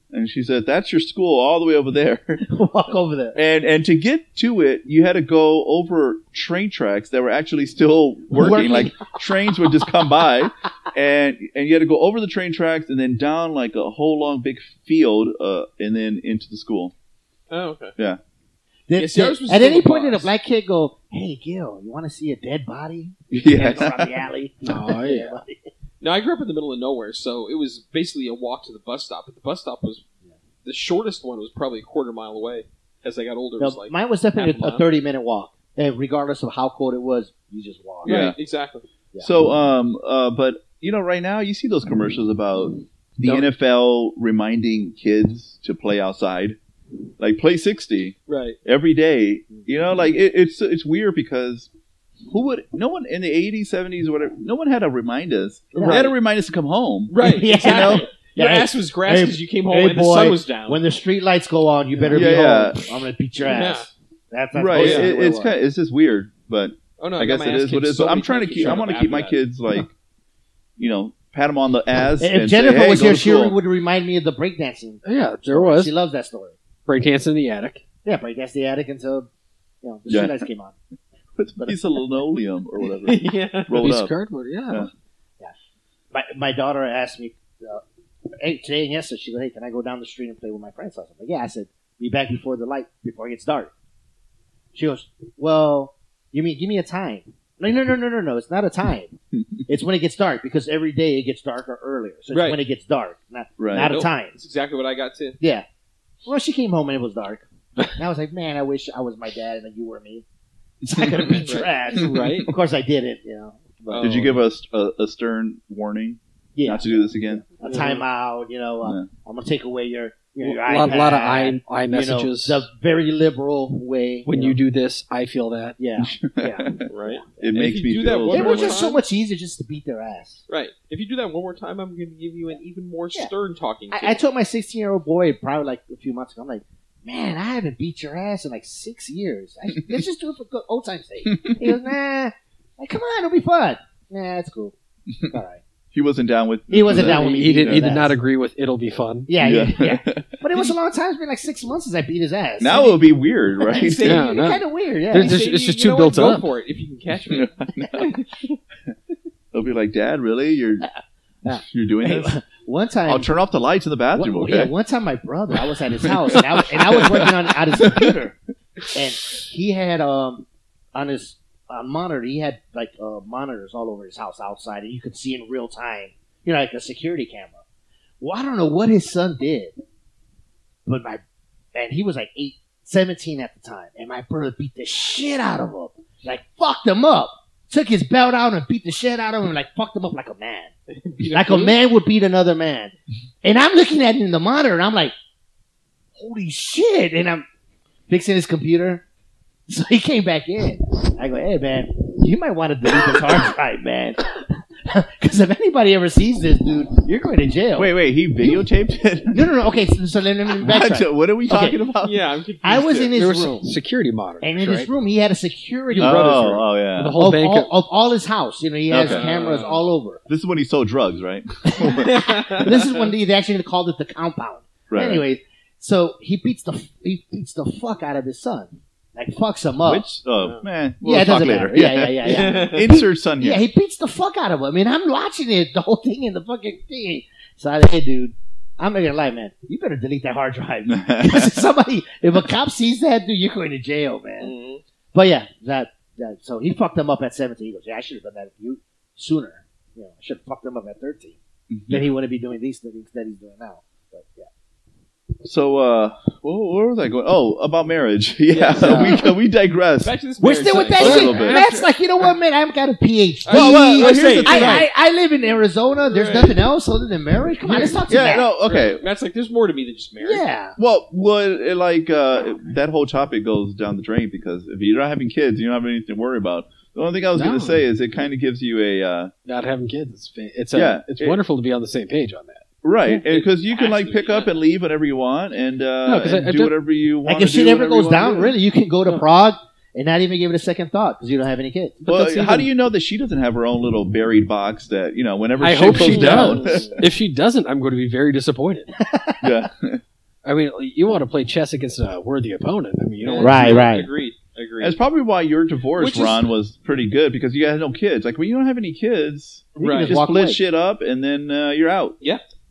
And she said, "That's your school, all the way over there." walk over there. and and to get to it, you had to go over train tracks that were actually still working. Working. Like trains would just come by, and and you had to go over the train tracks and then down like a whole long big field, uh, and then into the school. Oh, okay. Did- Yeah, see, I did- was supposed at to go any to point, did a class. black kid go, "Hey, Gil, you want to see a dead body?" Yeah, go Yeah, around the alley. Oh, yeah. Now I grew up in the middle of nowhere, so it was basically a walk to the bus stop. But the bus stop was the shortest one was probably a quarter mile away. As I got older, it No, was like mine was definitely half a a mile. thirty-minute walk, and regardless of how cold it was, you just walked. Yeah. right, exactly. Yeah. So um, uh, but you know, right now you see those commercials about the Don't- NFL reminding kids to play outside, like play sixty. Right. every day. You know, Mm-hmm. like it, it's it's weird because who would no one in the eighties, seventies, whatever, no one had to remind us. They had to remind us to come home. Right. Yeah. You know, your Yeah, ass was grass hey, because you came home hey, and the sun boy, was down. When the street lights go on, you better Yeah, be home. I'm gonna beat your Yeah. ass. That's, that's right. basically It- what it it's was. kind of, it's just weird, but oh no, I guess got it my ass is what kicked it is. But so I'm many trying to times keep. I shut want to up keep my after kids like, you know, pat them on the ass. If and say, Jennifer "Hey, was go here, to she school." would remind me of the breakdancing. yeah, there was She loves that story. breakdancing in the attic. Yeah, breakdance the attic until you know the Yeah. street lights came on. Put a piece of linoleum or that. whatever yeah. rolled Piece of up. cardboard, yeah. Yeah. My my daughter asked me uh, hey, today and yesterday. She goes, "Hey, can I go down the street and play with my friends?" I was like, "Yeah." I said, "Be back before the light before it gets dark." She goes, "Well, you mean give me a time?" Like, no, no, no, no, no. It's not a time. it's when it gets dark because every day it gets darker earlier. So it's Right. when it gets dark, not Right. not a Nope. time. That's exactly what I got too. Yeah. Well, she came home and it was dark. And I was like, man, I wish I was my dad and that you were me. I could have been trash. Right. Of course, I did it, you know. But, Did you Oh. give us a, a stern warning yeah. not to do this again? a timeout, you know. Uh, Yeah. I'm going to take away your, your, A your Mm-hmm. lot, iPad, lot of I, I you know, messages. the very liberal way. when you do know. this, I feel that. Yeah. Yeah. Right. It makes you me do that feel. one it more was Everyone's just so time? much easier just to beat their ass. Right. If you do that one more time, I'm going to give you an even more Yeah. stern talking. to. I, I told my 16 year old boy probably like a few months ago, I'm like, man, I haven't beat your ass in like six years. I, let's just do it for good old time's sake. He goes, nah. Like, come on, it'll be fun. Nah, it's cool. It's all right. he wasn't down with. He wasn't down with me. He, did, beating he his did not ass. agree with it'll be fun. Yeah, yeah, yeah. yeah. But it was a long time. It's been like six months since I beat his ass. now it would be weird, right? Say- Yeah, no. kind of weird. Yeah. There's- Say, it's you- just you too know built what? Go up. for it if you can catch me. No, no. They'll be like, Dad, really? You're Yeah. you're doing Hey, this? one time, I'll turn off the lights in the one, bathroom. yeah, okay. one time my brother, I was at his house and I was, and I was working on at his computer, and he had um on his on monitor he had like uh, monitors all over his house outside, and you could see in real time, you know, like a security camera. Well, I don't know what his son did, but my and he was like eight, 17 at the time, and my brother beat the shit out of him, like fucked him up. Took his belt out and beat the shit out of him, like fucked him up like a man, like a man would beat another man. And I'm looking at it in the monitor, and I'm like, "Holy shit!" And I'm fixing his computer. So he came back in. I go, "Hey man, you might want to delete this hard drive, man, because if anybody ever sees this, dude, you're going to jail." Wait, wait. He videotaped it. No, no, no. Okay, so, so let me backtrack. What? What are we talking about? Yeah, I'm confused. I was too. in There his was room, security monitors, and in right? his room he had a security Oh, brother oh the yeah. whole of, bank. all, of all his house. You know, he has Okay. cameras all over. This is when he sold drugs, right? right. This is when they they actually called it the compound. right. Anyways, so he beats the he beats the fuck out of his son, like fucks him up. Which? Oh Yeah. man. We'll yeah, it talk doesn't later. matter. Yeah, yeah, yeah, yeah. Insert son Yeah, here. he beats the fuck out of him, and I'm watching it the whole thing in the fucking thing. So I hey, dude, I'm not gonna lie, man. You better delete that hard drive. Because if somebody, if a cop sees that, dude, you're going to jail, man. But yeah, that, that so he fucked them up at 17. He goes, yeah, I should have done that you sooner. You know, I should have fucked them up at 13. Then he wouldn't be doing these things that he's doing now. But yeah, so, uh, where, where was I going? Oh, about marriage. Yeah, Yeah. we we digress. Back to this we're marriage still with that thing. A little shit. bit. That's like, you know what, man? I've got a PhD. Well, well, here's okay. the thing. I, I, I live in Arizona. There's Right. nothing else other than marriage. Come on, let's talk to Yeah, that. no, Oh, okay. Right. Matt's like, there's more to me than just marriage. Yeah. Well, what it, like uh, that whole topic goes down the drain because if you're not having kids, you don't have anything to worry about. The only thing I was No. going to say is it kind of gives you a uh, Not having kids, it's fa- it's a, Yeah, it's it- wonderful to be on the same page on that. right because you can like Absolutely, pick up yeah. and leave whenever you want and, uh, No, 'cause and I- I do don't- whatever you want. Like if to do, shit ever whenever you goes wanna down, do. really, you can go to No. Prague and not even give it a second thought because you don't have any kids. But Well, that's how even- do you know that she doesn't have her own little buried box that you know whenever I shit hope goes she down? does. if she doesn't, I'm going to be very disappointed. yeah, I mean, you want to play chess against a worthy opponent. I mean, you don't. Right. Agreed. Agreed. that's probably why your divorce, Which is- Ron, was pretty good because you had no kids. Like when you don't have any kids, You can Right. just just walk split away. shit up and then uh, you're out.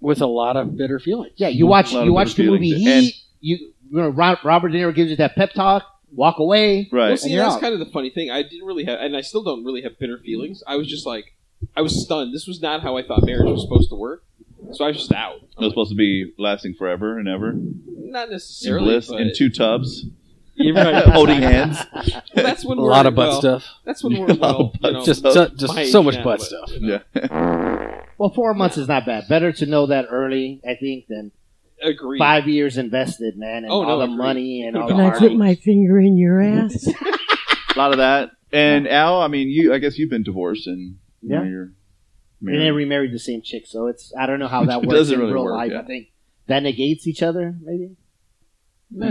with a lot of bitter feelings. Yeah, you watch lot you of watch the good movie feelings. Heat. And- you, you know, Ro- Robert De Niro gives you that pep talk. Walk away. Right. Well, see, And you're that's out. kind of the funny thing. I didn't really have, and I still don't really have bitter feelings. I was just like, I was stunned. This was not how I thought marriage was supposed to work. So I was just out. It was supposed to be lasting forever and ever. Not In necessarily. bliss but- in two tubs, You're right. holding hands. Well, that's when A we're, lot of butt well, stuff. That's when we're well, you know, Just, butt so- just my so age much now, butt but- stuff. Yeah. Well, four months is not bad. Better to know that early, I think, than Agreed. five years invested, man, and Oh, no, all the agreed. money and all the Can I hard. put my finger in your ass? a lot of that. And Al, I mean, you. I guess you've been divorced and you know, Yeah. you're and they married. remarried the same chick, so it's I don't know how that It works doesn't in really real work, life. yeah. I think that negates each other, maybe.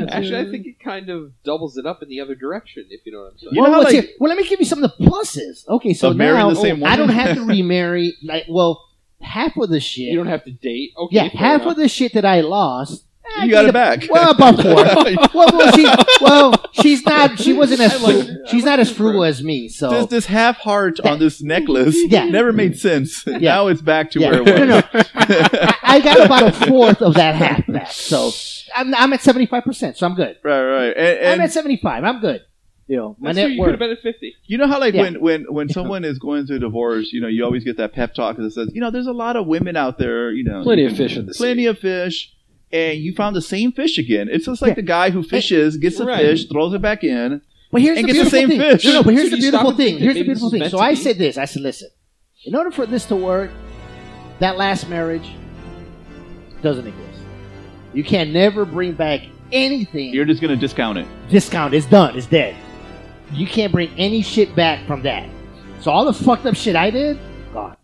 Actually, I think it kind of doubles it up in the other direction, if you know what I'm saying. You know well, how, what's like- it- well, let me give you some of the pluses. Okay, so Of marrying now the same I don't woman? have to remarry. Like, well, half of the shit. You don't have to date. Okay. yeah, fair half enough. of the shit that I lost. I you got did it back. Well, about four. well, well, she, well, she's not. She wasn't as. I like- fru- she's not as frugal as me. So this this half heart on this necklace Yeah. never made sense. Now it's back to Yeah. where it No, was. no, I, I got about a fourth of that half back. So I'm, I'm at seventy five percent. So I'm good. right, right. And, I'm at and seventy five. I'm good. You know, my That's true, net You could worth. have been at 50. you know how like Yeah. when when when someone is going through a divorce, you know, you always get that pep talk that says, you know, there's a lot of women out there, you know, Plenty of fish in the sea. plenty of fish. And you found the same fish again. It's just like the guy who fishes, gets the Right. fish, throws it back in. But here's and the get the beautiful same thing. fish. No, no, but here's Should the you beautiful stop and thing. think that Here's the maybe this beautiful is thing. meant So to I be? said this. I said, listen, in order for this to work, that last marriage doesn't exist. You can never bring back anything. You're just gonna discount it. discount is done. It's dead. You can't bring any shit back from that. So all the fucked up shit I did, gone.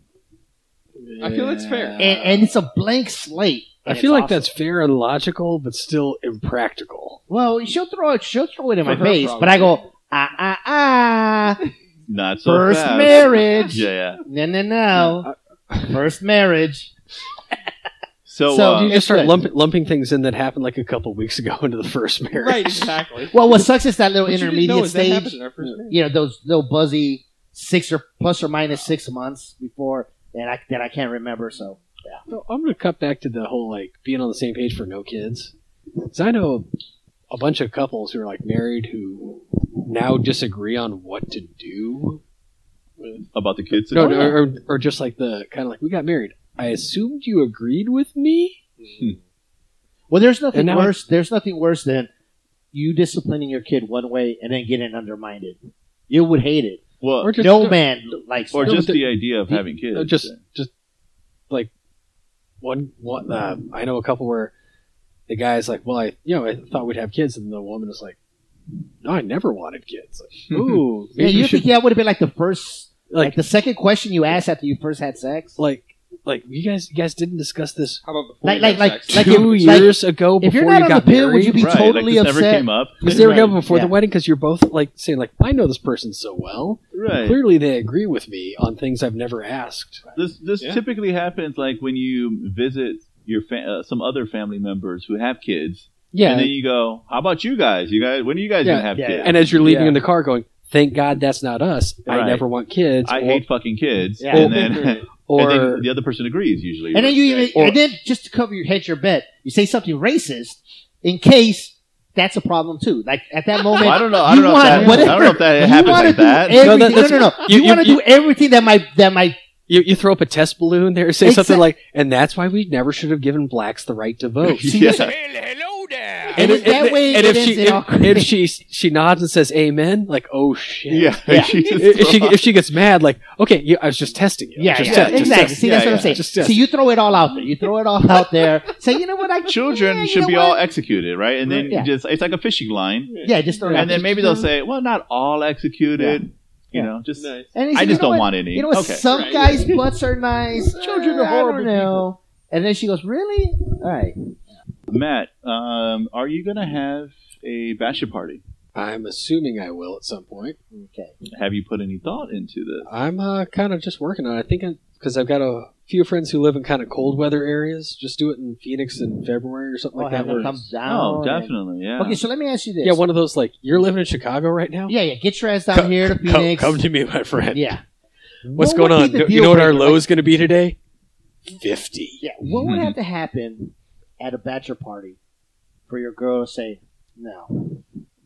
I feel that's fair. And, and it's a blank slate. I and feel it's like that's awesome. fair and logical, but still impractical. well. She'll throw it. She'll throw it in For my her, face, but I probably. go ah ah ah. Not so First fast. marriage. Yeah, yeah. No, no, no. First marriage. So, So, uh, do You just It's start good. lumping, lumping things in that happened like a couple weeks ago into the first marriage. Right, exactly. Well, what sucks is that little But you didn't know intermediate is that happened stage. in our first marriage. You know, those little buzzy six or plus or minus six months before, and I that I can't remember. So No, I'm going to cut back to the whole like being on the same page for no kids. Because I know a bunch of couples who are like married who now disagree on what to do about the kids. No, no, or, or just like the kind of like we got married. I assumed you agreed with me. Well, there's nothing And now worse. There's nothing worse than you disciplining your kid one way and then getting undermined. You would hate it. Well, Or just no man likes. or that. No, just but the idea of the- having kids. uh, just just like one one. Uh, I know a couple where the guy's like, "Well, I you know I thought we'd have kids," and the woman is like, "No, I never wanted kids." Like, ooh, yeah, maybe you you should think that would have been like the first, like, like the second question you asked after you first had sex. like like you guys you guys didn't discuss this How about before Like- you like- had like- sex? like- two if- years ago if before you're not you on got the pill, married. would you be right, totally like this never upset? came up. because they were Right, going before yeah. the wedding because you're both like saying like I know this person so well. Right. Clearly, they agree with me on things I've never asked. This this Yeah. typically happens like when you visit your fa- uh, some other family members who have kids, Yeah, and then you go, "How about you guys? You guys, when are you guys Yeah, gonna have yeah, kids? And as you're leaving Yeah. in the car, going, "Thank God that's not us. I Right. never want kids." I or, hate fucking kids." Yeah. And then or and then the other person agrees usually. And then you even, Or- and then just to cover your head, your bet, you say something racist in case that's a problem too. Like at that moment, Well, I don't know. I you don't know, if want that, I don't know if that you happens wanna like do that. Everything, No, no, that- no, no, no. you- You, you- want to you- do everything that might that might. you, you throw up a test balloon there, say Exact- something like, and that's why we never should have given blacks the right to vote. yeah. And, if- that way, and it if ends she in all- if, if she she nods and says amen, like oh shit. Yeah. Yeah. She just If if she throws- if she gets mad, like okay, you, I was just testing you. yeah, just yeah, test- just exactly. test- See, that's Yeah, what yeah. I'm saying. Just test. See, you throw it all out there. You throw it all out there. Say, you know what? I children yeah, you should know be what? all executed, right? And then Right. you Yeah. just it's like a fishing line. Yeah, just throw it out And then there. maybe they'll say, "Well, not all executed." You Yeah. know, just Nice. And he I said, just you don't know what? want any. You know what? okay. Some Right. guys' butts are nice. Children are I don't horrible know. And then she goes, really? All right. Matt, um, are you gonna have a bachelor party? I'm assuming I will at some point. Okay. Have you put any thought into this? I'm uh, kind of just working on it. I think because I've got a few friends who live in kind of cold weather areas. Just do it in Phoenix in February or something I'll like have that. her where- come down. Oh, and- definitely, yeah. Okay, so let me ask you this. yeah, one of those like you're living in Chicago right now. yeah, yeah. Get your ass down Come- here to Come- Phoenix. Come, to me, my friend. yeah. What's What would going on? be the Do- You deal know what our breaker? low is going to be today? Fifty. Yeah. What Hmm. would have to happen at a bachelor party for your girl to say, no,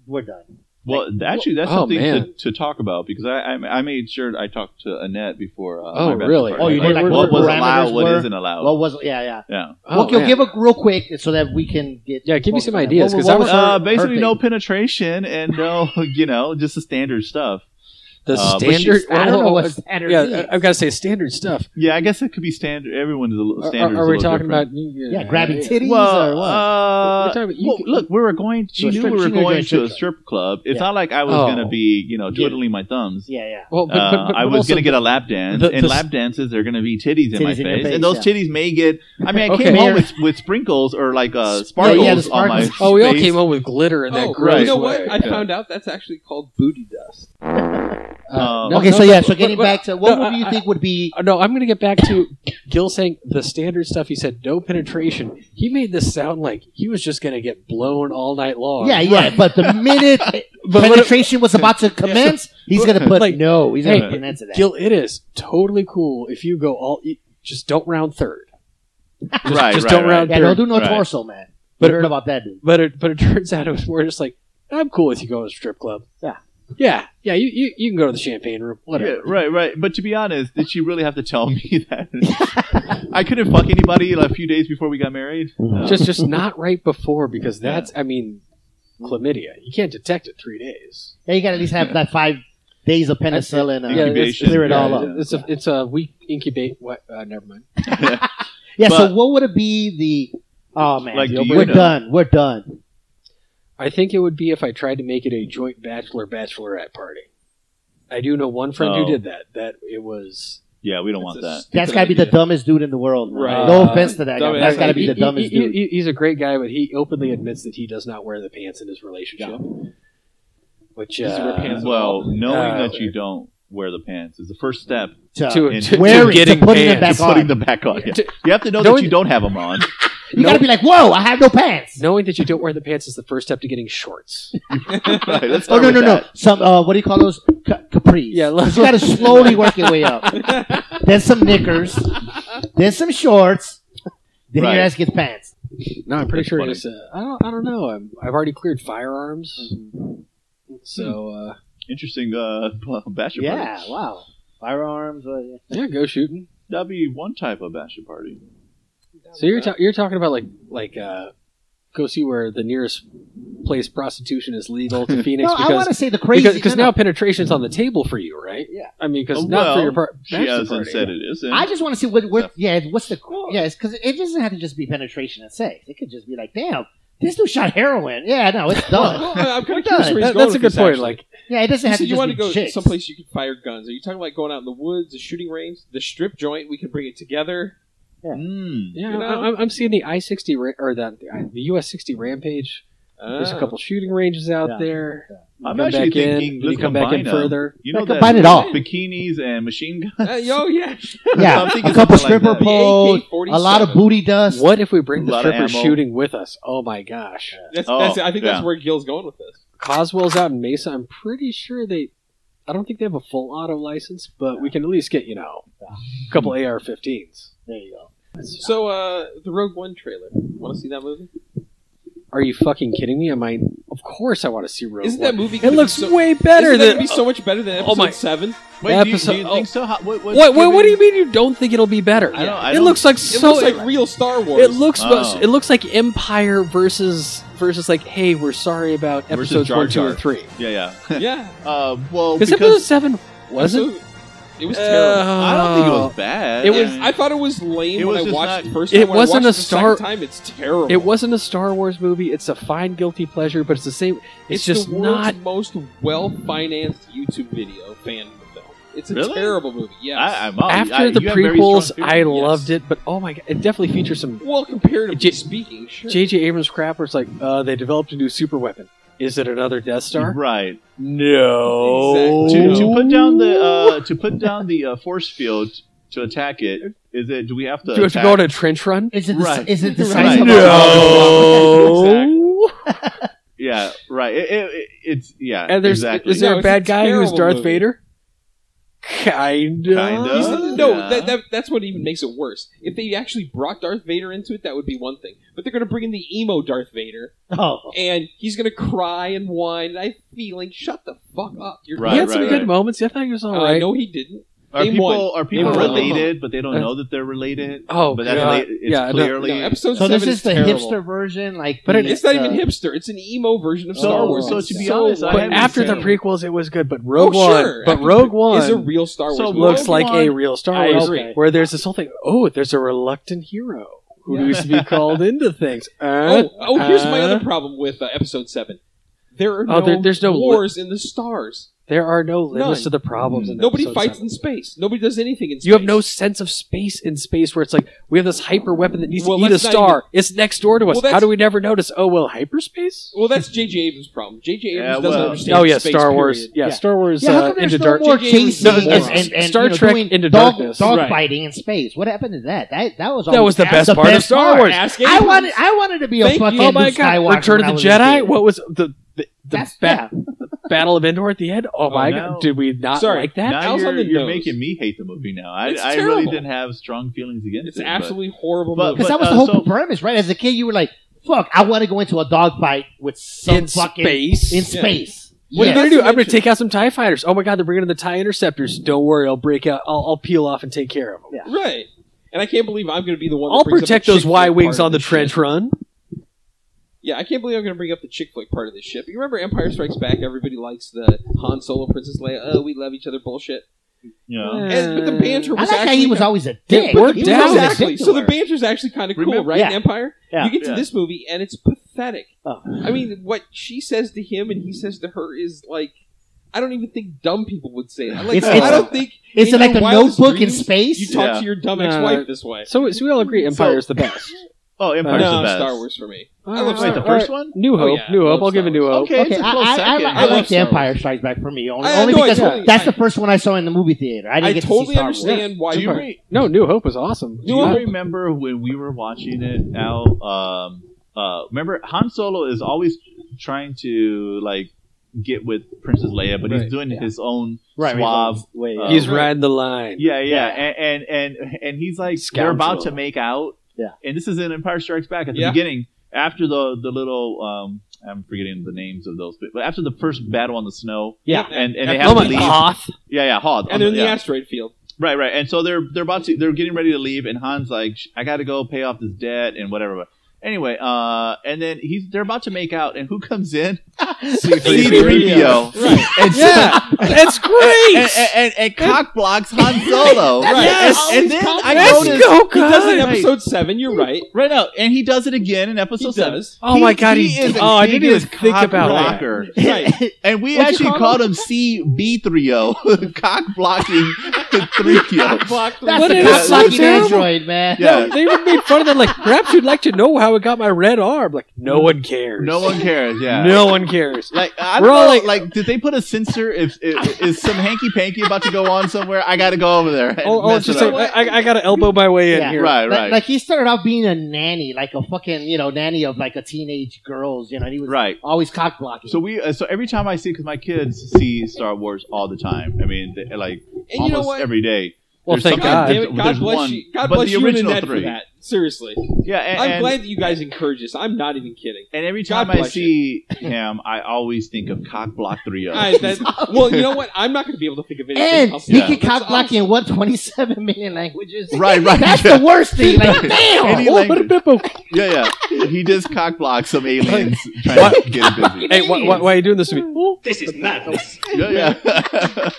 we're done? Well, actually, that's oh, something to, man. to talk about because I, I I made sure I talked to Annette before. Uh, Oh, my bachelor really? party. Oh, you Like, did, like, what what was parameters allowed? What were? isn't allowed? Well, was yeah, yeah. yeah. Oh, well, give- man. give a real quick so that we can get. Yeah, give me focused some on it. ideas, What- 'cause what I was was- her- Uh, her basically, thing? no penetration and no, you know, just the standard stuff. the uh, but she's- standard. I don't know what well, standard yeah, uh, is. I- I've got to say standard stuff. Yeah, I guess it could be standard. Everyone's a little Are- standard. Are, are we talking about? Yeah, Yeah, grabbing titties or Well, what? uh, We're talking about- you well, could- look, we were going. To She a knew we strip- were she knew we were going going to to a a strip club. It's Yeah. not like I was Oh. going to be, you know, Yeah. twiddling my thumbs. yeah, yeah. Well, but, but, Uh, but, I but was also- going to get a lap dance, the- and the- lap dances they're going to be titties in my Titties face, in your face, and those yeah. titties may get. I mean, I Okay. came Mayor- home with, with sprinkles or like uh, sparkles, yeah, the on my. sparkles. Oh, we all face. Um, came home with glitter in that oh, gross You know way. what? I Yeah. found out that's actually called booty dust. Um, no, okay, no, so yeah, but- so getting but- back to what no, would you I- think would be? Uh, No, I'm going to get back to Gil saying the standard stuff. He said no penetration. He made this sound like he was just going to get blown all night long. Yeah, yeah, but the minute penetration was about to commence, he's gonna put Like, no. He's hey, gonna put an end to that. Gil, it is totally cool if you go all. you- Just don't round third. Just, Right, just right, don't right. round yeah, third. don't do no Right. torso, man. But- But heard about that, dude. But it but it turns out it was more just like I'm cool with you going to a strip club. Yeah. yeah, yeah. You, you, you can go to the champagne room. Whatever. Yeah, right, right. But to be honest, did she really have to tell me that? I couldn't fuck anybody like, a few days before we got married. No. Just just not right before because that's I mean chlamydia. You can't detect it three days. Yeah, you gotta at least have that five days of penicillin and Yeah, uh, incubation. clear it Yeah, all yeah. up. It's a it's a week incubate. What? Uh, never mind. Yeah, so But- what would it be? The oh man, Like, do you we're know? done. We're done. I think it would be if I tried to make it a joint bachelor bachelorette party. I do know one friend Oh. who did that. That it was. yeah, we don't want That's a that. stupid That's gotta be the idea. dumbest dude in the world. man. Right. No Uh, offense to that guy. dumb but That's ass. gotta be He- the he- dumbest he- dude. he- he's a great guy, but he openly admits that he does not wear the pants in his relationship. Which Doesn't wear uh, pants at Well, knowing Uh, that you don't wear the pants is the first step To- to, And to, wearing- to getting to putting it pants. back to putting them on. back on. yeah. To- You have to know No, that you it- don't have them on. You gotta be like, whoa, I have no pants. Knowing that you don't wear the pants is the first step to getting shorts. right, let's Oh start no with no that. no! Some uh, what do you call those? Ca- capris. Yeah, you lo- got to slowly work your way up. then some knickers, then some shorts, then Right. your ass gets pants. No, I'm pretty That's sure funny. it's. Uh, I don't. I don't know. I'm, I've already cleared firearms, so uh, Interesting uh, bachelor party. Yeah, wow. Firearms. uh, yeah. yeah, go shooting. That'd be one type of bachelor party. So you're ta- you're talking about like like uh, go see where the nearest place prostitution is legal to Phoenix No, I want because to say the crazy. because 'cause no, now no. penetration's on the table for you, right? Yeah. I mean, because Oh, not for well, your part. She hasn't said it isn't. I just want to see what. what yeah, what's the? Yes, because it doesn't have to just be penetration and sex. It could just be like, damn, this dude shot heroin. Yeah, no, it's done. Well, I- I'm kind We're of curious done. where he's going that's a with good this, point. actually. Like, yeah, it doesn't you have said to you just want be to go chicks. someplace you can fire guns. Are you talking about going out in the woods, the shooting range, the strip joint? We can bring it together. Mm. yeah, You know? I, I'm- I'm seeing the I sixty ra- or the uh, the US sixty rampage. There's a Ah. couple shooting ranges out Yeah. there. You I'm come actually back in, thinking then let's you come back combine in them. further. You They know that combine it all. bikinis and machine guns. Uh, yo, yeah. I'm Yeah, thinking a couple something like stripper that. poles, a lot of AK-47. booty dust. What if we bring the Lot of stripper ammo. shooting with us? Oh my gosh! That's, Oh, that's, I think yeah. that's where Gil's going with this. Coswell's out in Mesa. I'm pretty sure they I don't think they have a full auto license, but we can at least get you know a couple AR-15s. There you go. So, uh, the Rogue One trailer. Want to see that movie? Are you fucking kidding me? Am I? Of course, I want to see Rogue Isn't One. that movie? It gonna be looks so, way better isn't that than. gonna be so much better than Oh Episode my- Seven. Wait, do you, do you Episode- think so? How, what, what's what, what, what do you given- mean you don't think it'll be better? I don't- I it don't- looks like It so. looks like real Star Wars. It looks Oh. it looks like Empire versus versus like hey we're sorry about Versus episodes Jar one two Jar. and three Yeah, yeah. yeah. Uh, well, because because episode seven wasn't Uh, Episode- It was terrible. I don't think it was bad. it Uh, It was- was. I thought it was lame It when was I just watched not- it the first It time. When I wasn't watched a it the star- Second time it's terrible. It wasn't a Star Wars movie. It's a fine guilty pleasure, but it's the same. It's, just the world's not. most well-financed YouTube video fan film. It's a Really? terrible movie. Yes. I, I'm all, After I, the you have very strong prequels, feelings. I Yes. loved it, but oh my god, it definitely features some well, comparatively J- speaking, sure. J.J. Abrams crap. Where it's like, uh, they developed a new super weapon. Is it another Death Star? Right. No. To, Exactly. to put down the uh, to put down the uh, force field to attack it is it? Do we have to? Do you have to attack? go on a trench run? Is it? Right. The, is it the Right. size of No. No. Yeah. Right. It, it, it, it's yeah. And there's exactly. is there No, a it's bad a guy who's terrible Darth movie. Vader? Kinda. Kinda. He's- Oh, no, yeah. that, that, that's what even makes it worse. If they actually brought Darth Vader into it, that would be one thing. But they're going to bring in the emo Darth Vader, Oh, and he's going to cry and whine. And I have a feeling, shut the fuck up. You're Right, he had some right, good right. moments. I thought he was all Uh, right. No, he didn't. are Name people one. are people Name one. related, but they don't Uh, know that they're related? oh, but that's God. la- it's yeah, no, clearly. No, episode so seven this is the terrible. hipster version, like. But the, It's not even uh, hipster. It's an emo version of So- Star Wars. so It's to be honest, I lame. But haven't after the seen- prequels, it was good. But Oh, Rogue One, sure. but After Rogue the- One is a real Star Wars. So movie. looks Rogue like One- a real Star I Wars, agree. movie, where there's this whole thing. Oh, there's a reluctant hero who Yeah. needs to be called into things. Uh, Oh, oh, here's my uh, other problem with uh, episode seven. There are Oh, no there- there's no li- wars in the stars. There are no limits None. to the problems. In Nobody episode fights seven. in space. Nobody does anything in space. You have no sense of space in space, where it's like we have this hyper weapon that needs Well, to eat a let's not star. It's next door to us. Well, that's- How do we never notice? Oh well, hyperspace. Well, that's J.J. Abrams' problem. J.J. Abrams Yeah, doesn't well- understand. Oh yeah, space, Star Wars. period. Yeah, Yeah. Star Wars Yeah, how uh, come there's into no dark. more J.J. chasing was and, the and, morons. and, Star you know, Trek doing Into dog, Darkness. dog Right. fighting in space? What happened to that? That that was That always- was the that's best part of Star Wars. Ask I Abrams. wanted I wanted to be a Thank fucking you. Oh my Luke god! Skywalker Return when I of the was a kid. Jedi. What was the the, the That's ba- Battle of Endor at the end? Oh, my no. god! Did we not Sorry. like that? I Now was on you're, the you're nose. making me hate the movie now. I, It's I really terrible. didn't have strong feelings against It's it. an but- absolutely horrible But- movie. Because but- that was uh, the whole so- premise, right? As a kid, you were like, "Fuck, I want to go into a dogfight with some in fucking space. in space." What Yeah. are you gonna do? I'm gonna Dimension. take out some Tie Fighters. Oh my god! They're bringing in the Tie Interceptors. Don't worry, I'll break out. I'll, I'll peel off and take care of them. Right. And I can't believe I'm going to be the one. that I'll brings up protect the those chick flick Y part wings of on the this trench shit. run. Yeah, I can't believe I'm going to bring up the chick flick part of this shit. But you remember Empire Strikes Back? Everybody likes the Han Solo, Princess Leia. Oh, we love each other bullshit. You know. And, but the banter I was like how actually he was always a dick. worked He was out. always a dick exactly. to So the her. banter's actually kind of cool, Remember- right? Yeah. Empire. Yeah. you get to Yeah. this movie and it's pathetic. Oh. I mean, what she says to him and he says to her is like, I don't even think dumb people would say that. Like, It's- I it's- don't think Is in it like your the wildest Notebook in dreams You space? talk Yeah. to your dumb No, ex-wife no. this way. So, so we all agree Empire is the best. Oh, Empire's no, the best. Star Wars for me. All I love right, Wait, Star the all right. first one? New Oh, Hope. yeah, New I Hope. love I'll give a Star New Hope. Okay, Okay, it's a I, close I, I, second. I I like love the Star Empire Wars. Strikes Back for me only, I- I only know, I because totally- that's I- the first one I saw in the movie theater. I didn't I get to see totally Star Wars. understand why Do you, people re- No, New Hope was awesome. do you remember when we were watching it, Al? Um, uh, remember, Han Solo is always trying to like get with Princess Leia, but Right, he's doing yeah. his own Right, suave. Wait, uh, He's riding the line. Yeah, yeah, And, and and and he's like they're about to make out. Yeah. and this is in Empire Strikes Back at the Yeah. beginning after the the little um I'm forgetting the names of those, but after the first battle on the snow. yeah. And, and they Yeah. have Oh to my leave. Hoth. Yeah, yeah, Hoth. And they're in the yeah. asteroid field. Right, right. And so they're they're about to they're getting ready to leave, and Han's like, "Sh- I got to go pay off this debt and whatever. But anyway, uh, and then he's they're about to make out, and who comes in? C-3PO. Right. And, Yeah, that's great. and, and, and, and cock blocks Han Solo. Right. And- Yes. And, then I Let's noticed go, He does it in Right. episode seven. You're right. right now, and he does it again in episode He seven. does. Oh my God, He, he is did. a Oh, I didn't even biggest think cock about that. blocker. Right. And we What'd you actually call called him CB3O, cock blocking fucking three kiosks. That's What a is good so fucking terrible? android, man. Yeah. they even made fun of that. Like, perhaps you'd like to know how I got my red arm. Like, no one cares. No one cares. Yeah. No one cares. Like I We're don't all know, like- like, did they put a sensor? If, if is some hanky panky about to go on somewhere, I got to go over there. and Oh, oh, mess it's just it up. like I, I- I gotta elbow my way in Yeah. here. right, Like, right, like, he started out being a nanny, like a fucking you know nanny of like a teenage girls, you know. And he was right. always cock blocking. So we, uh, so every time I see, because my kids see Star Wars all the time. I mean, they, like And you know almost what? every day. Well, There's thank something- God God. damn it! God There's bless one, you. God but bless the you and original Annette for three. that. Seriously, Yeah, and, I'm and- glad that you guys encourage this. I'm not even kidding. And every God time I bless see him, I always think of Cock Block Three O. I, that, well, you know what? I'm not going to be able to think of anything. and else. he Yeah. could cock That's block awesome. in what twenty seven million languages. Right, right. That's yeah. the worst thing. Like, damn. Any Oh, what a language. bimbo! yeah, yeah. He just cock blocks some aliens trying to get him busy. Hey, why, why, why are you doing this to me? Oh, Yeah, yeah.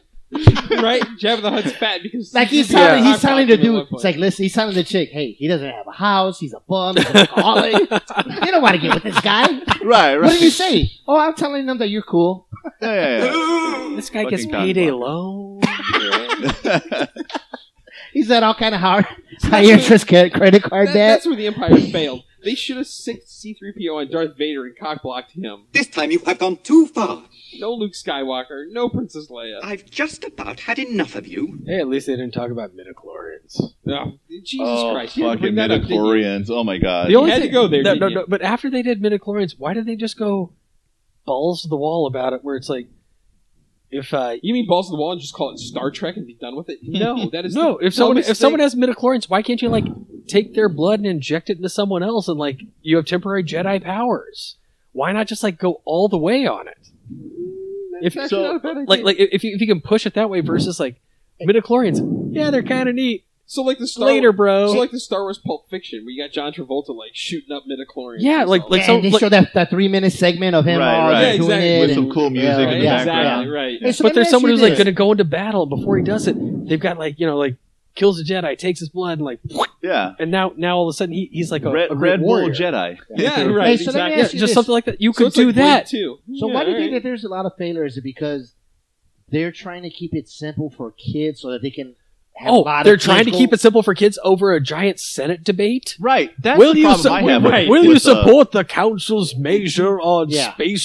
right? Jabba the Hutt's fat because Like he's Yeah. telling, he's I'm telling the talking at dude. one It's point. like, listen, he's telling the chick, hey, he doesn't have a house. He's a bum. He's an alcoholic. you don't want to get with this guy. right, right. What did you say? Oh, I'm telling them that you're cool. Yeah, yeah, this guy Fucking gets cock paid a blocker. loan. yeah. He's at all kind of hard, high interest ca- credit card That- debt. that's where the Empire failed. They should have sent C-3PO and Darth Vader and cockblocked him. This time you have gone too far. No Luke Skywalker. No Princess Leia. I've just about had enough of you. Hey, at least they didn't talk about midichlorians. No. Jesus oh, Christ! You had to fucking bring that up, didn't you? midichlorians. Oh my god. The only had to thing, go there, No, didn't no, you? no. But after they did midichlorians, why did they just go balls to the wall about it? Where it's like, if uh, You mean balls to the wall and just call it Star Trek and be done with it? No, that is no, the if someone if dumbest thing. someone has midichlorians, why can't you like take their blood and inject it into someone else and like you have temporary Jedi powers? Why not just like go all the way on it? If Mm, That's so- not a bad idea. like like if you, if you can push it that way versus like midichlorians, yeah, they're kind of neat. so like the Star Later, So bro. like the Star Wars Pulp Fiction, where you got John Travolta like shooting up midichlorians. Yeah, and like- stuff. like- and so, they show that, that three minute segment of him Right, all right. Yeah, doing exactly. it With and- some cool music yeah, in the yeah, exactly background. right. Hey, so But let me there's ask someone you who's like this. going to go into battle before he does it. They've got like you know like kills a Jedi, takes his blood, and like Yeah. and now now all of a sudden he, he's like a Red, a great Red Bull warrior. Jedi. Yeah, right. Hey, so let me exactly. ask Yeah, you just this. something like that. You So could it's do like Blade that. too. So Yeah, why do you think alright. that there's a lot of failures? Is it Because they're trying to keep it simple for kids so that they can have a Oh, lot they're of trying to people- keep it simple for kids over a giant Senate debate. Right. That's will the you problem su- I will- have. right, with- will you with, uh, support the council's measure on Yeah. space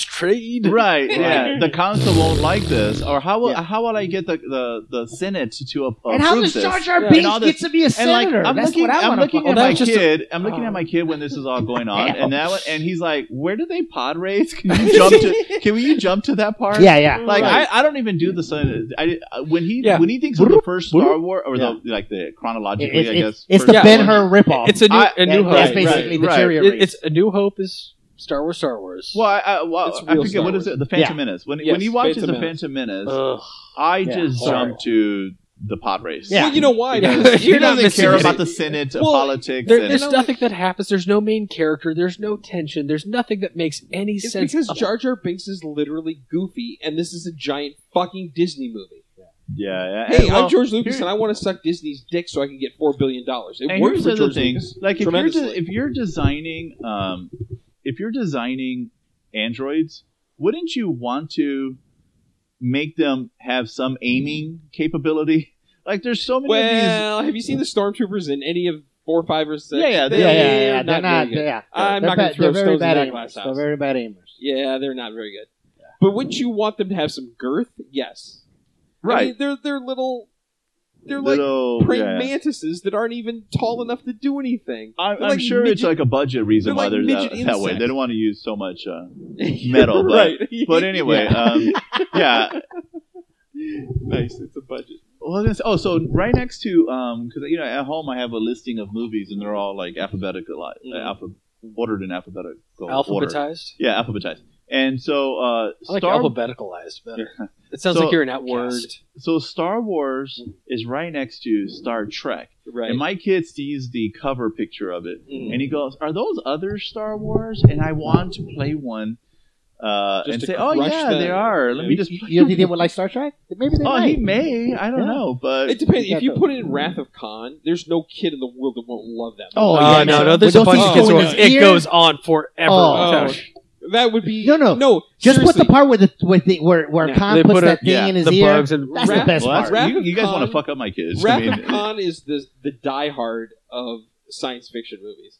trade? Right, yeah, the council won't like this, or how will Yeah. how will I get the the, the Senate to approve And how does this? Jar Jar Yeah. Binks And all get this- to be a and like senator? I'm That's looking, what I I'm want looking to at that my was just a- kid. i I'm looking at my kid when this is all going on, and that one- and he's like, "Where do they pod race? Can you jump to? Can you jump to that part? Yeah, yeah. Like Right. I, I don't even do the Senate. I, I- when he Yeah. when he thinks of the first Star Wars or Yeah. the like the It- chronologically, it- I it- guess it's first the Yeah, Ben one. Hur ripoff. It's a new, I- a new That- that's hope. basically right, the right. Cheerio It- race. it's a new hope is Star Wars. Star Wars. Well, I, I, well, It's I real forget Star what is Wars. it. The Phantom Yeah. Menace. When Yes, when he watches Phantom the Menace. Uh, Phantom Menace, Ugh. I Yeah, just sorry. jump to the pod race. Yeah. Well, you know why? Yeah. because He You're not doesn't missing care it. about the Senate, Well, politics. There, and- there's know, nothing that happens. There's no main character. There's no tension. There's nothing that makes any It's sense. because at all. Jar Jar Binks is literally goofy, and this is a giant fucking Disney movie. yeah, yeah. Hey, And, well, I'm George Lucas, here- and I want to suck Disney's dick so I can get four billion dollars. It and here's works for the other George thing: Lucas. like if you're, de- tremendously. if you're designing, um, if you're designing androids, wouldn't you want to make them have some aiming capability? Like, there's so many of Well, have you seen the stormtroopers in any of four, five, or six? Yeah, yeah, yeah, they- yeah, yeah, they're yeah. They're not. very good. yeah. I'm They're not going ba- to throw they're very stones in bad that aimers. glass They're house. very bad aimers. Yeah, they're not very good. But wouldn't you want them to have some girth? Yes. these, right? I mean, they're they're little. They're little, like praying yeah. mantises that aren't even tall enough to do anything. I, I'm They're like sure it's midget- like a budget reason they're why like they're that, midget that way. insects. They don't want to use so much. Uh, metal, but- but anyway, Yeah. um, yeah, nice. It's a budget. Well, I was gonna say- oh, so right next to um, because you know at home I have a listing of movies and they're all like alphabetical, like, Mhm. alpha ordered in alphabetical order. alphabetized. Yeah, alphabetized. And so uh, I like Star alphabeticalized better. It sounds So- like you're an outward. so Star Wars is right next to Star Trek, Right. and my kid sees the cover picture of it Mhm. and he goes, "Are those other Star Wars?" And I want to play one. Uh, Just and to say, oh crush yeah, them. they are. Let me just. You know, they did with like Star Trek. Maybe they Oh, might. he may. I don't Yeah. know, but it depends. If got you the- put it in Wrath of Khan, there's no kid in the world that won't love that. Uh, Oh, movie. yeah, no, no, there's a bunch of kids who are- it goes on forever. Oh, gosh. That would be No, no. no. Just put the seriously. part where the with the where where Yeah, Khan they puts put a- that thing yeah, in his the ear. bugs and That's the Rap- best Well, that's- part. Wrath you, of you guys want Khan- to fuck up my kids? I Wrath mean, of Khan is the the diehard of science fiction movies.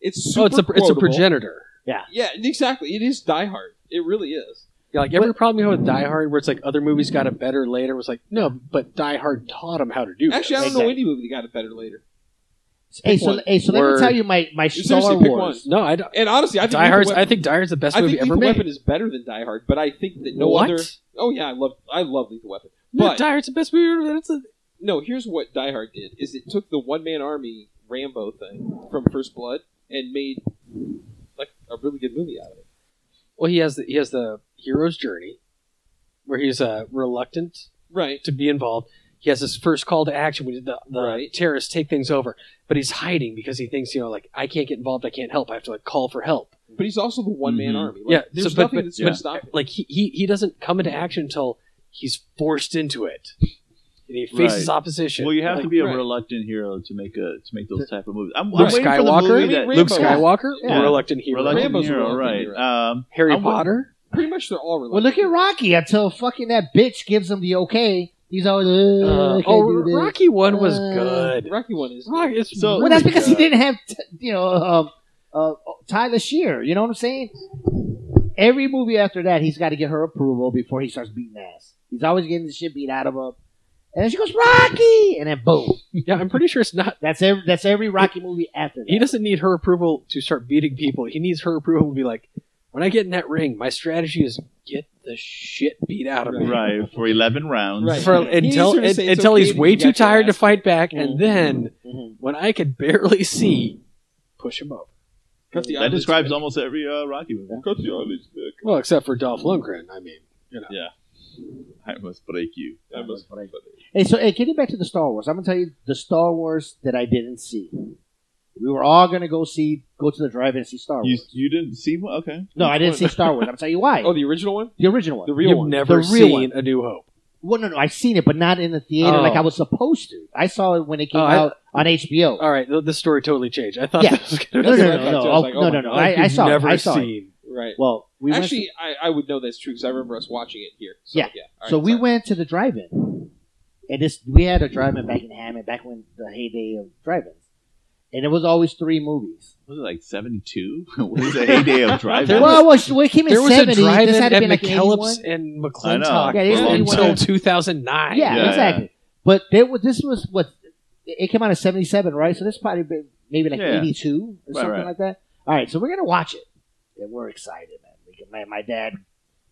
It's super Oh, it's a it's a quotable. progenitor. Yeah, exactly. It is diehard. It really is. Yeah, like every problem you have with Die Hard, where it's like other movies got it better later, was like no, but Die Hard taught him how to do. Actually, I don't this. know Exactly. any movie that got it better later. Hey, Pick so one. hey, so let me Word. tell you my my Star Seriously, pick one. Wars. no, I don't. And honestly, I think Die Hard's. Lethal Weapon, I think Die Hard's the best I movie think ever Lethal made. Weapon is better than Die Hard, but I think that no what? other. Oh yeah, I love I love Lethal Weapon. No, But Die Hard's the best movie ever. That's a, no, here's what Die Hard did: is it took the one man army Rambo thing from First Blood and made like a really good movie out of it. well, he has the, he has the hero's journey, where he's uh, reluctant Right. to be involved. He has his first call to action when the, the Right. terrorists take things over, but he's hiding because he thinks, you know, like I can't get involved, I can't help, I have to like call for help. But he's also the one man Mhm. army. Like, Mm-hmm. Yeah, so- there's but- nothing but- that's yeah. going to stop him. Like he, he he doesn't come into action until he's forced into it, and he faces Right. opposition. well, you have to be a Right. reluctant hero to make a to make those type of movies. I'm, I'm Luke waiting for the Skywalker, movie that Luke Rambo. Skywalker, Yeah. reluctant hero, reluctant Rambo's a hero, reluctant right? hero. Um, Harry I'm wa- Potter. Pretty much they're all related. Well, look at Rocky until fucking that bitch gives him the okay. He's always uh, Uh, I can't oh, do this. Rocky one was Uh, good. Rocky one is Rocky, uh, it's So- Well, that's really because he good. didn't have t- you know um, uh, Tyler Shear. You know what I'm saying? Every movie after that, he's got to get her approval before he starts beating ass. He's always getting the shit beat out of him, and then she goes Rocky, and then boom. Yeah, I'm pretty sure it's not That's every that's every Rocky movie after that. He doesn't need her approval to start beating people. He needs her approval to be like, when I get in that ring, my strategy is get the shit beat out of me. right for eleven rounds. Right. For, He needs until her to and- say it's until okay he's that way you too got your tired to ass fight back, and then Mhm. when I could barely see, push him over. Cut the That eyelids describes back. almost every uh, Rocky movie. Cut the eyelids back. Well, except for Dolph Lundgren. I mean, I must break you. I must break Hey, so hey, getting back to the Star Wars, I'm gonna tell you the Star Wars that I didn't see. We were all gonna go see, go to the drive-in and see Star you. Wars. You didn't see one? Okay. no, I didn't see Star Wars. I'm gonna tell you why. Oh, the original one, the original one. the real you've one. never The real seen one. A New Hope. well, no, no, I seen it, but not in the theater Oh. like I was supposed to. I saw it when it came Oh, I- out on HBO. All right, th- this story totally changed. I thought Yeah. this was going no, to no, that's no, what I thought, no, no, too. I was Oh, like, oh no, my no, no. God. I, I saw never it. I saw it. seen. right? Well, we went Actually, I, I would know that's true because I remember us watching it here. So, Yeah. yeah. All to- so right, we sorry. went to the drive-in, and this we had a drive-in back in Hammond, back when the heyday of drive-ins, and it was always three movies. Was it like seventy two? what was the heyday of driving? There well, it was, it came in There was 70. a drive-in this had at to be like 81. McKellips and McClintock Yeah, it's until 81. 2009. Yeah, Yeah, exactly. But there was, this was what it came out in '77, right? So this probably been maybe like Yeah. '82 or Right, something right. like that. All right, so we're gonna watch it, and we're excited, man. We can- my, my dad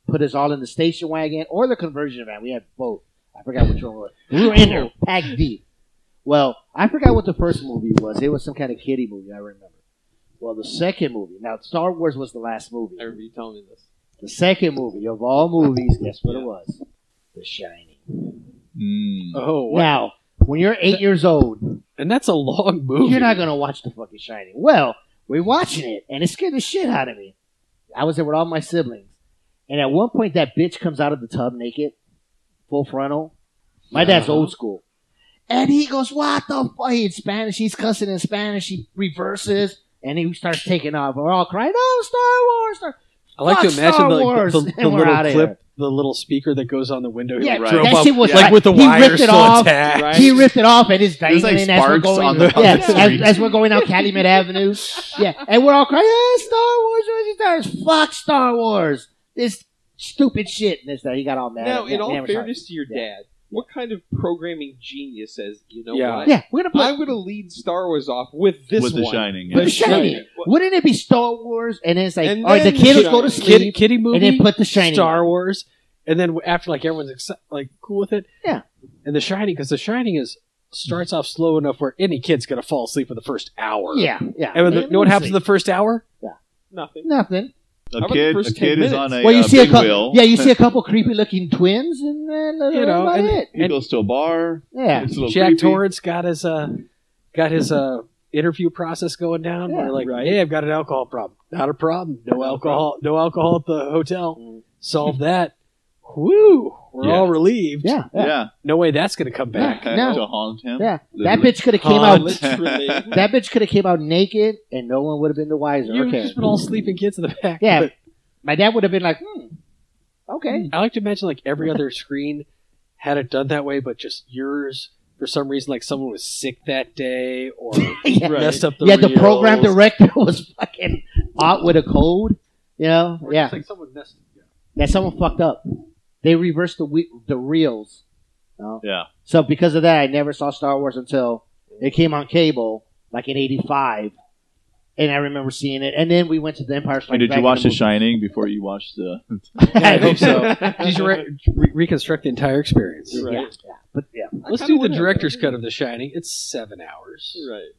put us all in the station wagon or the conversion van. We had both. I forgot which one we were. We were in there, packed deep. Well, I forgot what the first movie was. It was some kind of kiddie movie. I remember. Well, the second movie. Now, Star Wars was the last movie. I remember you telling me this. The second movie of all movies. Guess what it Yeah. was? The Shining. Mm. Oh, wow. Now, when you're eight years old, And that's a long movie. you're not gonna watch the fucking Shining. Well, we're watching it, and it scared the shit out of me. I was there with all my siblings, and at one point, that bitch comes out of the tub naked, full frontal. My dad's uh-huh. old school, and he goes, "What the fuck?" In Spanish, he's cussing in Spanish. He reverses, and he starts taking off. We're all crying, "Oh, Star Wars!" Star-" I like to Fuck imagine Star the, like, Wars, the, the, and we're little outta clip, here. the little speaker that goes on the window. Yeah, he right. drove that up, shit was like right. with the He ripped wires it still off. attached. Right? He ripped it off and it's dangling like, as we're sparks going. on the- on yeah, the as, street. as we're going down Calumet Avenue. Yeah, and we're all crying, "Ah, Star Wars, Star Wars, fuck Star Wars, this stupid shit." And this, that. he got all mad. now, Yeah, in all yeah, we're sorry. fairness to your Yeah. dad, what kind of programming genius says you know Yeah. what? yeah, we're gonna put I'm going to lead Star Wars off with this With the one. Shining. The yeah. Shining. Shining. Wouldn't it be Star Wars? And then it's like, And all right, the then kid The will go to Shining. Kid, sleep, kiddie movie, and then put the Shining. Star Wars, and then after like everyone's exci- like cool with it. Yeah. and The Shining because The Shining is starts off slow enough where any kid's gonna fall asleep in the first hour. Yeah, yeah. and when the, Let you me know what happens see. in the first hour? Nothing. Nothing. A How about the kid. A first kid 10 is on a. well, you uh, see a big couple. wheel. Yeah, you see a couple creepy-looking twins, and then uh, You know, about and- it. He goes to a bar. Yeah, It's a little Jack creepy. Torrance got his uh, got his uh. Interview process going down. Yeah, where like, right. hey, I've got an alcohol problem. Not a problem. No Not a alcohol. No alcohol at the hotel. Mm. Solve that. Woo! We're all relieved. yeah, yeah. Yeah. No way that's going to come back. yeah. No. To haunt him. Yeah, that Literally. bitch could have came out. Literally. That bitch could have came out naked, and no one would have been the wiser. You've okay. just been all sleeping kids in the back. Yeah, but My dad would have been like, hmm, okay. I like to imagine like every other screen had it done that way, but just yours for some reason, like someone was sick that day or yeah, Right. messed up the yeah, the program reels. director was fucking out with a code. You know, Or yeah, just, like someone messed. that someone fucked up. They reversed the we- the reels. you know? Yeah. So because of that, I never saw Star Wars until it came on cable, like in '85, and I remember seeing it. And then we went to the Empire Strikes And did Back you in watch The movie. Shining before you watched the? I hope so. Did you re- re- reconstruct the entire experience? You're right. Yeah, yeah, but yeah, Let's do the director's cut of The Shining. It's seven hours. You're right.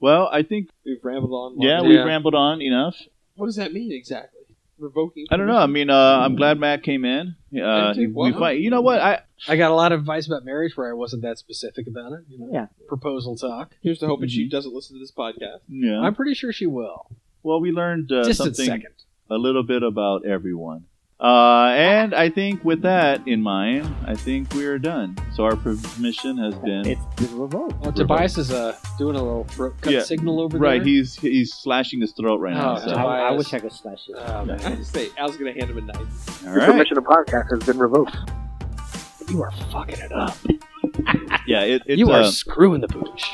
Well, I think We've rambled on. long yeah, enough. we Yeah. rambled on enough. What does that mean exactly? Revoking. I don't know. I mean, uh, I'm glad Matt came in. Uh, I think- we fight. You know what? I I got a lot of advice about marriage where I wasn't that specific about it. You know, Yeah. proposal talk. Here's to hoping Mm-hmm. she doesn't listen to this podcast. yeah. I'm pretty sure she will. well, we learned uh, Distant something second. a little bit about everyone. Uh, and I think with that in mind, I think we are done. So our permission has been it's the revolt. Well, Tobias is uh, doing a little throat cut Yeah. signal over right. there. He's he's slashing his throat right now. Oh, So. I, I Tobias. wish I could slash it. Oh, man. I just say Al's gonna hand him a knife. All right. of the podcast has been revoked. You are fucking it up. Yeah. It, it's, you are uh, screwing the pooch.